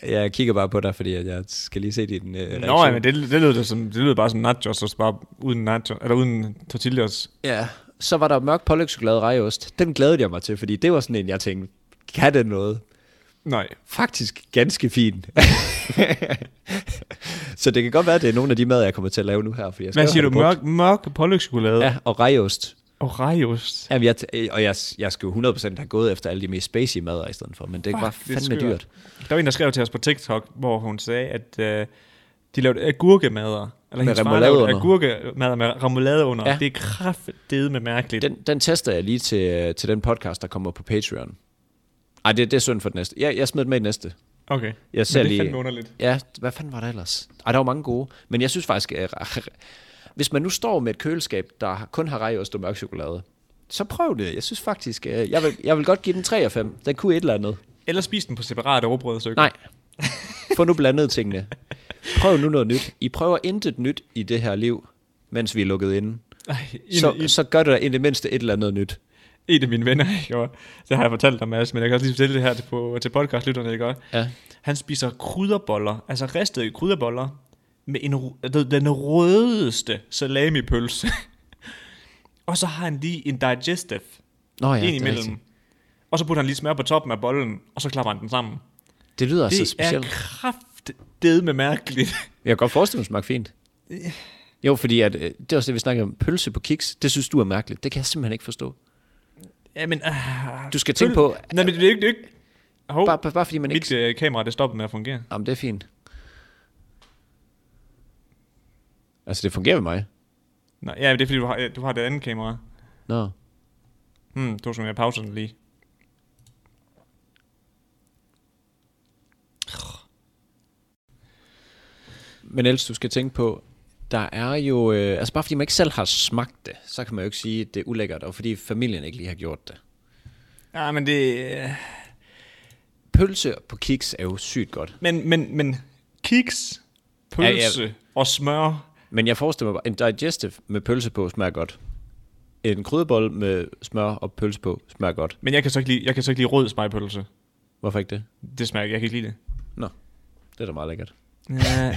B: Jeg kigger bare på dig, fordi at jeg skal lige se din øh, reaktion.
A: Nå, ja, men det, det, lød, det, som, det lød bare som nachos, og så bare uden, nacho, eller uden tortillas.
B: Ja, så var der mørk pålægtschokolade rejeost. Den glædede jeg mig til, fordi det var sådan en, jeg tænkte, kan den noget?
A: Nej.
B: Faktisk ganske fin. (laughs) så det kan godt være, at det er nogle af de mad, jeg kommer til at lave nu her. Fordi jeg skal
A: Hvad
B: jo
A: siger du?
B: have det brugt.
A: Mørk, mørk pålægschokolade ja.
B: Ja, og rejeost.
A: og rejost.
B: Jamen, jeg, t- og jeg, jeg skal jo 100% have gået efter alle de mest spacey mader i stedet for, men det var
A: Fuck, det er
B: fandme det
A: skørt.
B: dyrt.
A: Der var en, der skrev til os på TikTok, hvor hun sagde, at øh, de lavede agurkemader. Eller hendes far
B: remoulade
A: lavede
B: under.
A: agurkemader med remoulade under.
B: Ja.
A: Ja. Det er kraftedeme mærkeligt. Den.
B: Den, den tester jeg lige til, øh, til den podcast, der kommer på Patreon. Ej, det, det er synd for den næste. Jeg, jeg smed den med i den næste.
A: Okay. Men
B: ser
A: det er
B: lige-
A: fandme underligt.
B: Ja, hvad fanden var der ellers? Ej, der var mange gode. Men jeg synes faktisk, at øh, hvis man nu står med et køleskab, der kun har rejost og mørk chokolade, så prøv det. Jeg synes faktisk, øh, jeg vil, jeg vil godt give den 3 af 5. Den kunne et eller andet.
A: Eller spis den på separat overbrød,
B: Nej. Få nu blandet tingene. Prøv nu noget nyt. I prøver intet nyt i det her liv, mens vi er lukket inde.
A: Ej, en, så,
B: Så,
A: en,
B: så gør det da i det mindste et eller andet nyt.
A: en af mine venner, (laughs) ikke? Og det har jeg fortalt dig, Mads, men jeg kan også lige fortælle det her til, på, til podcastlytterne, ikke? også?
B: Ja.
A: Han spiser krydderboller, altså ristede krydderboller, med en, ru- du ved, den rødeste salamipølse. (laughs) og så har han lige en digestive
B: Nå Ah, ja,
A: ja, ind
B: det, er
A: imellem.
B: rigtigt.
A: Og så putter han lige smør på toppen af bollen, og så klapper han den sammen.
B: det lyder altså
A: det er
B: specielt.
A: kraftedeme (laughs) mærkeligt.
B: Jeg kan godt forestille mig, det smagte fint. Jo, fordi at, øh, det er også det, vi snakker om. Pølse på kiks, det synes du er mærkeligt. Det kan jeg simpelthen ikke forstå.
A: Jamen, uh,
B: Du skal tænke på-
A: Nej, men det er ikke... Det er ikke hov,
B: Bare, bare, bare fordi man
A: Oh, mit
B: ikke...
A: øh, kamera, det stoppede med at fungere.
B: Jamen, det er fint. Altså, det fungerer ved mig.
A: øh, Nej, ja, det er fordi, du har, du har det andet kamera.
B: Nå.
A: Hmm, to sekunder, jeg pauser den lige.
B: Men ellers du skal tænke på, der er jo, øh, altså bare fordi man ikke selv har smagt det, så kan man jo ikke sige, at det er ulækkert, og fordi familien ikke lige har gjort det.
A: Ja, men det... øh,
B: Pølse på kiks er jo sygt godt,
A: Men, men, men kiks,
B: ja.
A: pølse ja, ja. og smør.
B: men jeg forestiller mig, bare, en digestive med pølse på smager godt. En krydderbolle med smør og pølse på smager godt.
A: Men jeg kan så ikke lide, jeg kan så ikke lide rød spejpølse.
B: Hvorfor ikke det?
A: Det smager ikke, jeg kan ikke lide det.
B: Nå, det er da meget lækkert.
A: Ja. (laughs)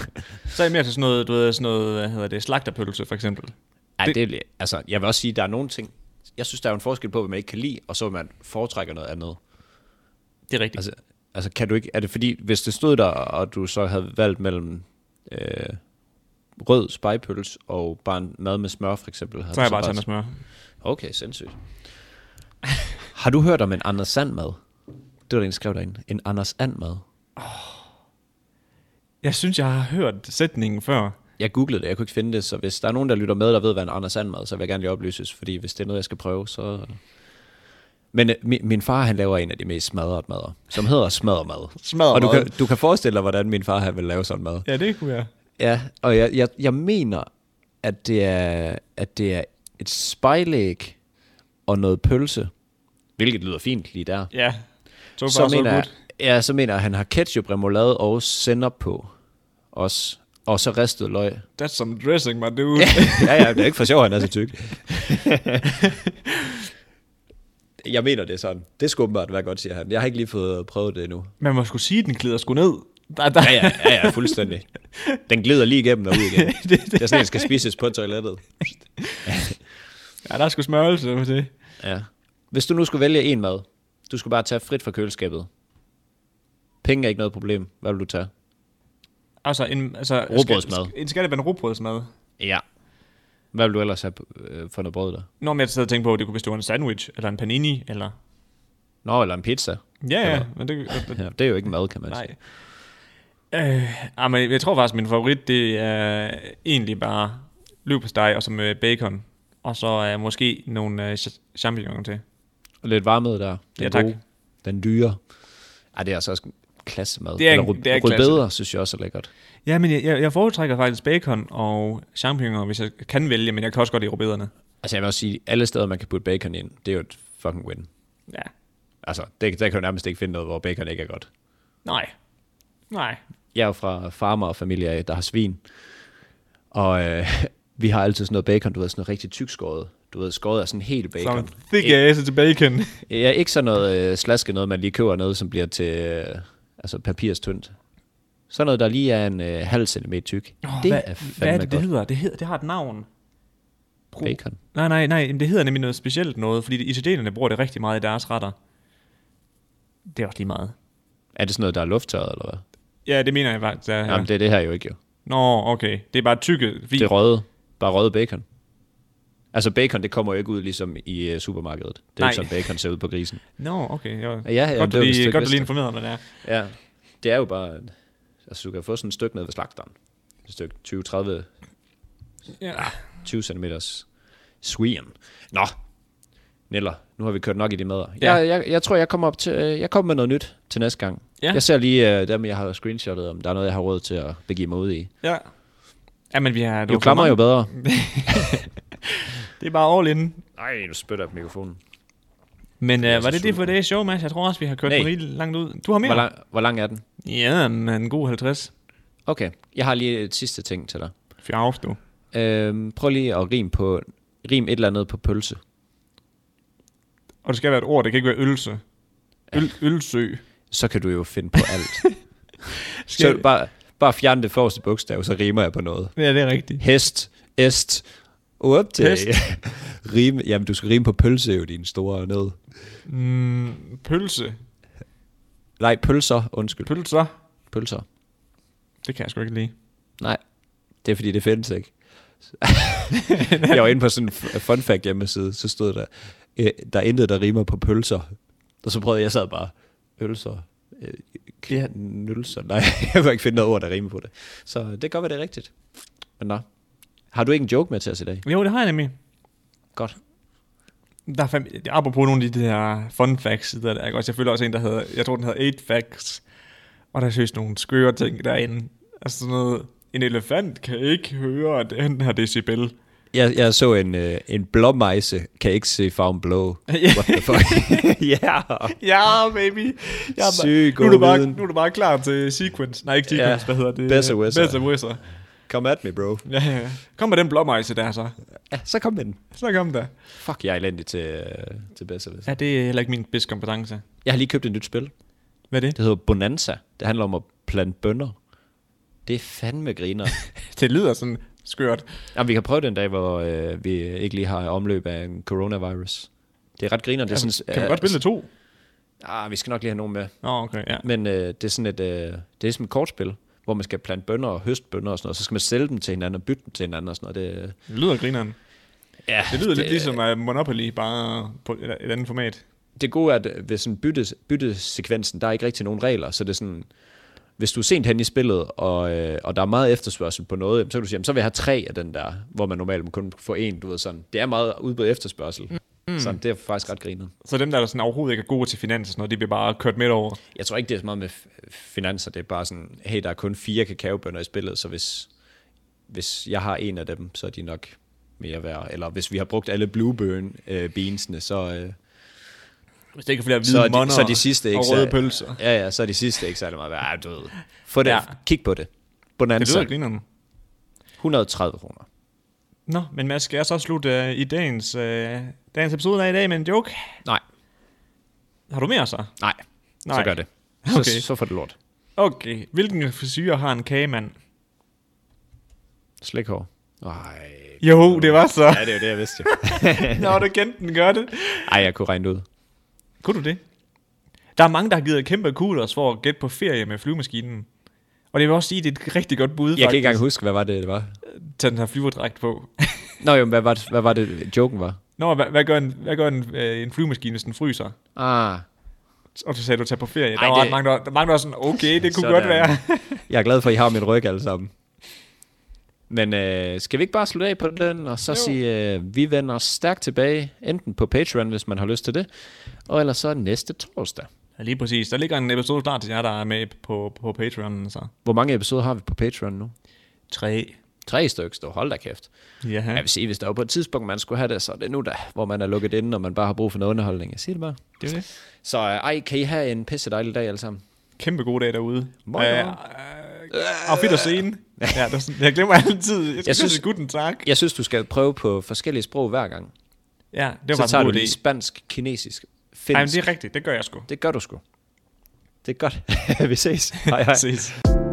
A: så er jeg mere til sådan noget, du ved, sådan noget, hvad hedder det, slagterpølse for eksempel.
B: Ej,
A: Det-
B: det, det, er- altså, jeg vil også sige, at der er nogle ting, jeg synes, der er jo en forskel på, hvad man ikke kan lide, og så hvad man foretrækker noget andet.
A: Det er rigtigt. Altså,
B: Altså, altså kan du ikke, er det fordi, hvis det stod der, og du så havde valgt mellem øh, rød spejpøls og bare en mad med smør, for eksempel. havde
A: så har jeg
B: du
A: bare taget med smør.
B: Okay, sindssygt. Har du hørt om en Anders Sand mad? Det var der en, der skrev derinde. En Anders Sand mad.
A: Jeg synes, jeg har hørt sætningen før.
B: Jeg googlede det, jeg kunne ikke finde det, så hvis der er nogen, der lytter med, der ved, hvad en Anders Sand mad, så vil jeg gerne lige oplyses, fordi hvis det er noget, jeg skal prøve, så... Men øh, min, min far, han laver en af de mest smadret madder, som hedder smadremad.
A: Smadret
B: Og du
A: mad.
B: kan, du kan forestille dig, hvordan min far, han vil lave sådan mad.
A: Ja, det kunne jeg.
B: Ja, og jeg, jeg, jeg mener, at det er, at det er et spejlæg og noget pølse. Hvilket lyder fint lige der.
A: Ja. So far, så
B: mener,
A: mener
B: jeg, ja, så mener jeg, at han har ketchup, remoulade og sennep på. Også. Og så ristet løg.
A: That's some dressing, my dude.
B: (laughs) ja, ja, det er ikke for sjov, han er så tyk. (laughs) jeg mener det er sådan. Det skulle åbenbart være godt, siger han. Jeg har ikke lige fået prøvet det endnu.
A: Man må skulle sige, at den glider sgu ned. Der, der.
B: Ja, ja, ja, ja fuldstændig. Den glider lige igennem og ud igen. (laughs) det, det, det, er sådan, at den skal spises på toilettet.
A: ja, der er sgu smørelse med det.
B: Ja. Hvis du nu skulle vælge en mad, du skulle bare tage frit fra køleskabet. Penge er ikke noget problem. Hvad vil du tage?
A: Altså, en, altså,
B: Rugbrødsmad.
A: En skatteband rugbrødsmad.
B: Ja. Hvad vil du ellers have øh, for noget brød der?
A: Når jeg sad og tænkte på, at det kunne bestå af en sandwich, eller en panini, eller...
B: Nå, eller en pizza.
A: Ja, ja, men det... det (laughs)
B: Ja, det er jo ikke mad, kan man sige.
A: nej. Øh, ah, men jeg tror faktisk, min favorit, det er egentlig bare løbesteg, og så med bacon. Og så uh, måske nogle uh, champignoner til.
B: Og lidt varmhed der. Den
A: Ja, tak.
B: Gode, den dyre. Ej, det er altså også klasse mad.
A: Det er en-
B: eller rød,
A: det er en
B: rødbeder, synes jeg også er lækkert.
A: Ja, men jeg, jeg jeg foretrækker faktisk bacon og champignoner, hvis jeg kan vælge, men jeg kan også godt lide rubederne.
B: Altså, jeg vil også sige, alle steder, man kan putte bacon ind, det er jo et fucking win.
A: Ja.
B: Altså, det, der kan du nærmest ikke finde noget, hvor bacon ikke er godt.
A: Nej. Nej.
B: jeg er jo fra farmer og familie, af, der har svin. Og øh, (laughs) vi har altid sådan noget bacon, du ved, sådan noget rigtig tykskåret. Du ved, skåret af sådan helt bacon.
A: Så thick ass til bacon.
B: Ja, ikke sådan noget øh, slaske noget, man lige køber noget, som bliver til øh, altså papirstyndt. Sådan noget, der lige er en øh, halv centimeter tyk.
A: Oh,
B: det
A: hvad,
B: er
A: hvad
B: fandme
A: er
B: det,
A: det,
B: godt.
A: det hedder? Det, hedder? det har et navn. Bro-
B: Bacon.
A: Nej, nej, nej. men Det hedder nemlig noget specielt noget, fordi italienerne bruger det rigtig meget i deres retter. Det er også lige meget.
B: Er det sådan noget, der er lufttørret, eller hvad?
A: Ja, det mener jeg faktisk. Ja,
B: Ja.
A: ja.
B: Jamen, det er det her jo ikke jo.
A: Nå, okay. Det er bare tykke. Fordi...
B: Det er røde. Bare røde bacon. Altså bacon, det kommer jo ikke ud ligesom i øh, supermarkedet. Det er jo
A: Nej.
B: ikke sådan, bacon ser ud på grisen.
A: Nå, okay. Jo.
B: Ja, ja,
A: godt,
B: det var
A: du
B: vist
A: lige,
B: ikke
A: godt, du lige
B: vidste.
A: informerede mig der.
B: Ja, det er jo bare... Altså, du kan få sådan et stykke ned ved slagteren. Et stykke 20-30,
A: Ja.
B: Ah. 20 cm swien. Nå, Neller, nu har vi kørt nok i de mader.
A: Ja.
B: Ja. Jeg, jeg, jeg, tror, jeg kommer, op til, øh, jeg kommer med noget nyt til næste gang.
A: Ja.
B: Ja. Jeg ser lige øh, dem, jeg har screenshotet, om der er noget, jeg har råd til at begive mig ud i.
A: ja. Ja, men vi har...
B: Jo klammer jo bedre.
A: Det er bare all in.
B: Nej, nu spytter jeg på mikrofonen.
A: Men
B: er
A: øh,
B: så
A: var det det
B: sulten.
A: for det show, Mads? Jeg tror også, vi har kørt
B: Nej.
A: den rigtig langt ud. Du har mere?
B: Hvor lang, hvor lang er den?
A: Ja, men en god 50.
B: Okay, jeg har lige et sidste ting til dig.
A: Fjavs, du.
B: Øhm, prøv lige at rim, på, rim et eller andet på pølse.
A: Og det skal være et ord, det kan ikke være ølse. Øl, ølsø.
B: så kan du jo finde på alt. så bare, bare fjern det forreste bogstav, så rimer jeg på noget.
A: Ja, det er rigtigt.
B: Hest, est, op til. (laughs)
A: Hest.
B: Rime, jamen, du skal rime på pølse jo, din store nød.
A: Mm, pølse.
B: Nej, pølser, undskyld.
A: Pølser.
B: Pølser.
A: Det kan jeg sgu ikke lide.
B: Nej, det er fordi, det
A: (laughs)
B: findes ikke. jeg var inde på sådan en f- fun fact hjemmeside, så stod der, øh, der er intet, der rimer på pølser. Og så prøvede jeg, sad bare, ølser, øh, knølser. Nej, (laughs) jeg kunne ikke finde noget ord, der rimer på det. Så det kan godt være, det er rigtigt. Men nå. Har du ikke en joke med til os i dag?
A: Jo, det har jeg nemlig.
B: Godt.
A: Der er fem, apropos nogle af de der fun facts, der, der, ikke også? jeg følger også en, der hedder, jeg tror den hedder 8 facts, og der er seriøst nogle skøre ting derinde. Altså sådan noget, en elefant kan ikke høre den her (laughs) decibel.
B: Jeg, jeg så en, øh, en blåmejse, kan ikke se farven blå. What the
A: (laughs)
B: fuck? ja.
A: Ja, baby. Jeg er,
B: Syg
A: bare, nu, er du bare,
B: god viden.
A: nu er du bare klar til sequence. Nej, ikke sequence,
B: Ja.
A: hvad hedder det?
B: Besser Wisser.
A: Besser Wisser.
B: Come at me, bro.
A: Ja, ja, ja. Kom med den blåmejse der så.
B: Ja, så kom med den.
A: Så kom der.
B: Fuck, jeg er elendig til, øh, til bedste.
A: Ja, det er heller ikke min bedskompetence.
B: Jeg har lige købt et nyt spil.
A: Hvad er det?
B: Det hedder Bonanza. Det handler om at plante bønder. Det er fandme griner.
A: Det lyder sådan skørt.
B: (laughs) Jamen, vi kan prøve den dag, hvor øh, vi ikke lige har omløb af en coronavirus. Det er ret griner. Det er sådan, øh,
A: Kan man godt spille det to?
B: Ah, vi skal nok lige have nogen med.
A: Nå, okay, ja.
B: Men øh, det er sådan et, øh, det er sådan et kortspil, hvor man skal plante bønder og høste bønder og sådan noget. Så skal man sælge dem til hinanden og bytte dem til hinanden og sådan noget. Det, øh,
A: Det lyder grineren.
B: ja,
A: Det lyder det, lidt ligesom uh, Monopoly, bare på et, et andet format.
B: det gode er, at øh, ved sådan bytte, byttesekvensen, der er ikke rigtig nogen regler, så det er sådan, hvis du er sent hen i spillet, og, øh, og der er meget efterspørgsel på noget, jamen, så kan du sige, jamen, så vil jeg have tre af den der, hvor man normalt må kun få en, du ved sådan. Det er meget udbud og efterspørgsel. Mm. Sådan, det er faktisk ret grinet.
A: Så dem, der er sådan overhovedet ikke er gode til finans og sådan noget, de bliver bare kørt midt over.
B: Jeg tror ikke, det er så meget med f- finanser, det er bare sådan, hey, der er kun fire kakaobønder i spillet, så hvis, hvis jeg har en af dem, så er de nok mere værd. Eller hvis vi har brugt alle blueburn øh, beansene, så, øh,
A: Hvis det ikke er flere hvide
B: så, er de,
A: måneder
B: så er de sidste ikke
A: og
B: så-
A: røde pølser.
B: Ja, ja, så er de sidste ikke særlig meget værd. Ej, du ved. Få det,
A: Ja.
B: ja. kig på det.
A: Det lyder
B: Bonanza,
A: grineren.
B: 130 kroner.
A: Nå, men Mads, skal jeg så slutte uh, i dagens, uh, dagens episode af i dag med en joke?
B: Nej,
A: Har du mere så?
B: nej, nej.
A: Nej.
B: så gør det. Så,
A: Okay.
B: okay. så får det lort.
A: Okay. Hvilken frisyr har en kagemand?
B: Slik hår. Ej.
A: Jo, det var
B: (laughs)
A: så.
B: Ja, det er jo det, jeg vidste. jo.
A: Nå, du kendte den gør det.
B: Ej, jeg kunne regne det ud.
A: Kunne du det? Der er mange, der har givet kæmpe kudos for at gætte på ferie med flyvemaskinen. Og det vil også sige, at det er et rigtig godt bud,
B: Jeg kan
A: faktisk.
B: ikke engang huske, hvad var det, det var.
A: Tag den her flyverdragt på.
B: Nå jo, men hvad var det, hvad var det joken var?
A: Nå, hvad, hvad gør, en, hvad gør en, øh, en flyvemaskine, hvis den fryser?
B: Ah,
A: Og så sagde du, tag på ferie. Ej, der,
B: Ej,
A: var
B: det-
A: ret mange, der, der mangler sådan, okay, det kunne
B: (laughs) Sådan.
A: godt være. (laughs)
B: jeg er glad for, at I har min ryg alle sammen. Men øh, skal vi ikke bare slutte af på den, og så
A: Jo.
B: jo. sige, øh, vi vender stærkt tilbage, enten på Patreon, hvis man har lyst til det, og ellers så næste torsdag.
A: Ja, lige præcis. Der ligger en episode klar til jer, der er med på, på Patreon. Så.
B: Hvor mange episoder har vi på Patreon nu?
A: Tre.
B: Tre stykker, står hold da kæft. Ja.
A: Ja,
B: Jeg vil sige, hvis der var på et tidspunkt, man skulle have det, så er det nu da, hvor man er lukket inde, og man bare har brug for noget underholdning. Jeg siger det bare.
A: det er det.
B: Så øh, ej, kan I have en pisse dejlig dag alle sammen.
A: Kæmpe god dag derude.
B: Moin,
A: Øh,
B: moin.
A: Og fedt at se en. Ja, der er sådan, jeg glemmer altid. Jeg,
B: Jeg
A: jeg synes,
B: synes-
A: gutten tak.
B: Jeg synes, du skal prøve på forskellige sprog hver gang.
A: Ja, det var
B: Så
A: faktisk en
B: tager du
A: god
B: lige
A: idé.
B: spansk, kinesisk, finsk.
A: Nej, men det er rigtigt. Det gør jeg sgu.
B: (laughs) Det gør du sgu. Det er godt. Vi ses. Hej hej.
A: Ses.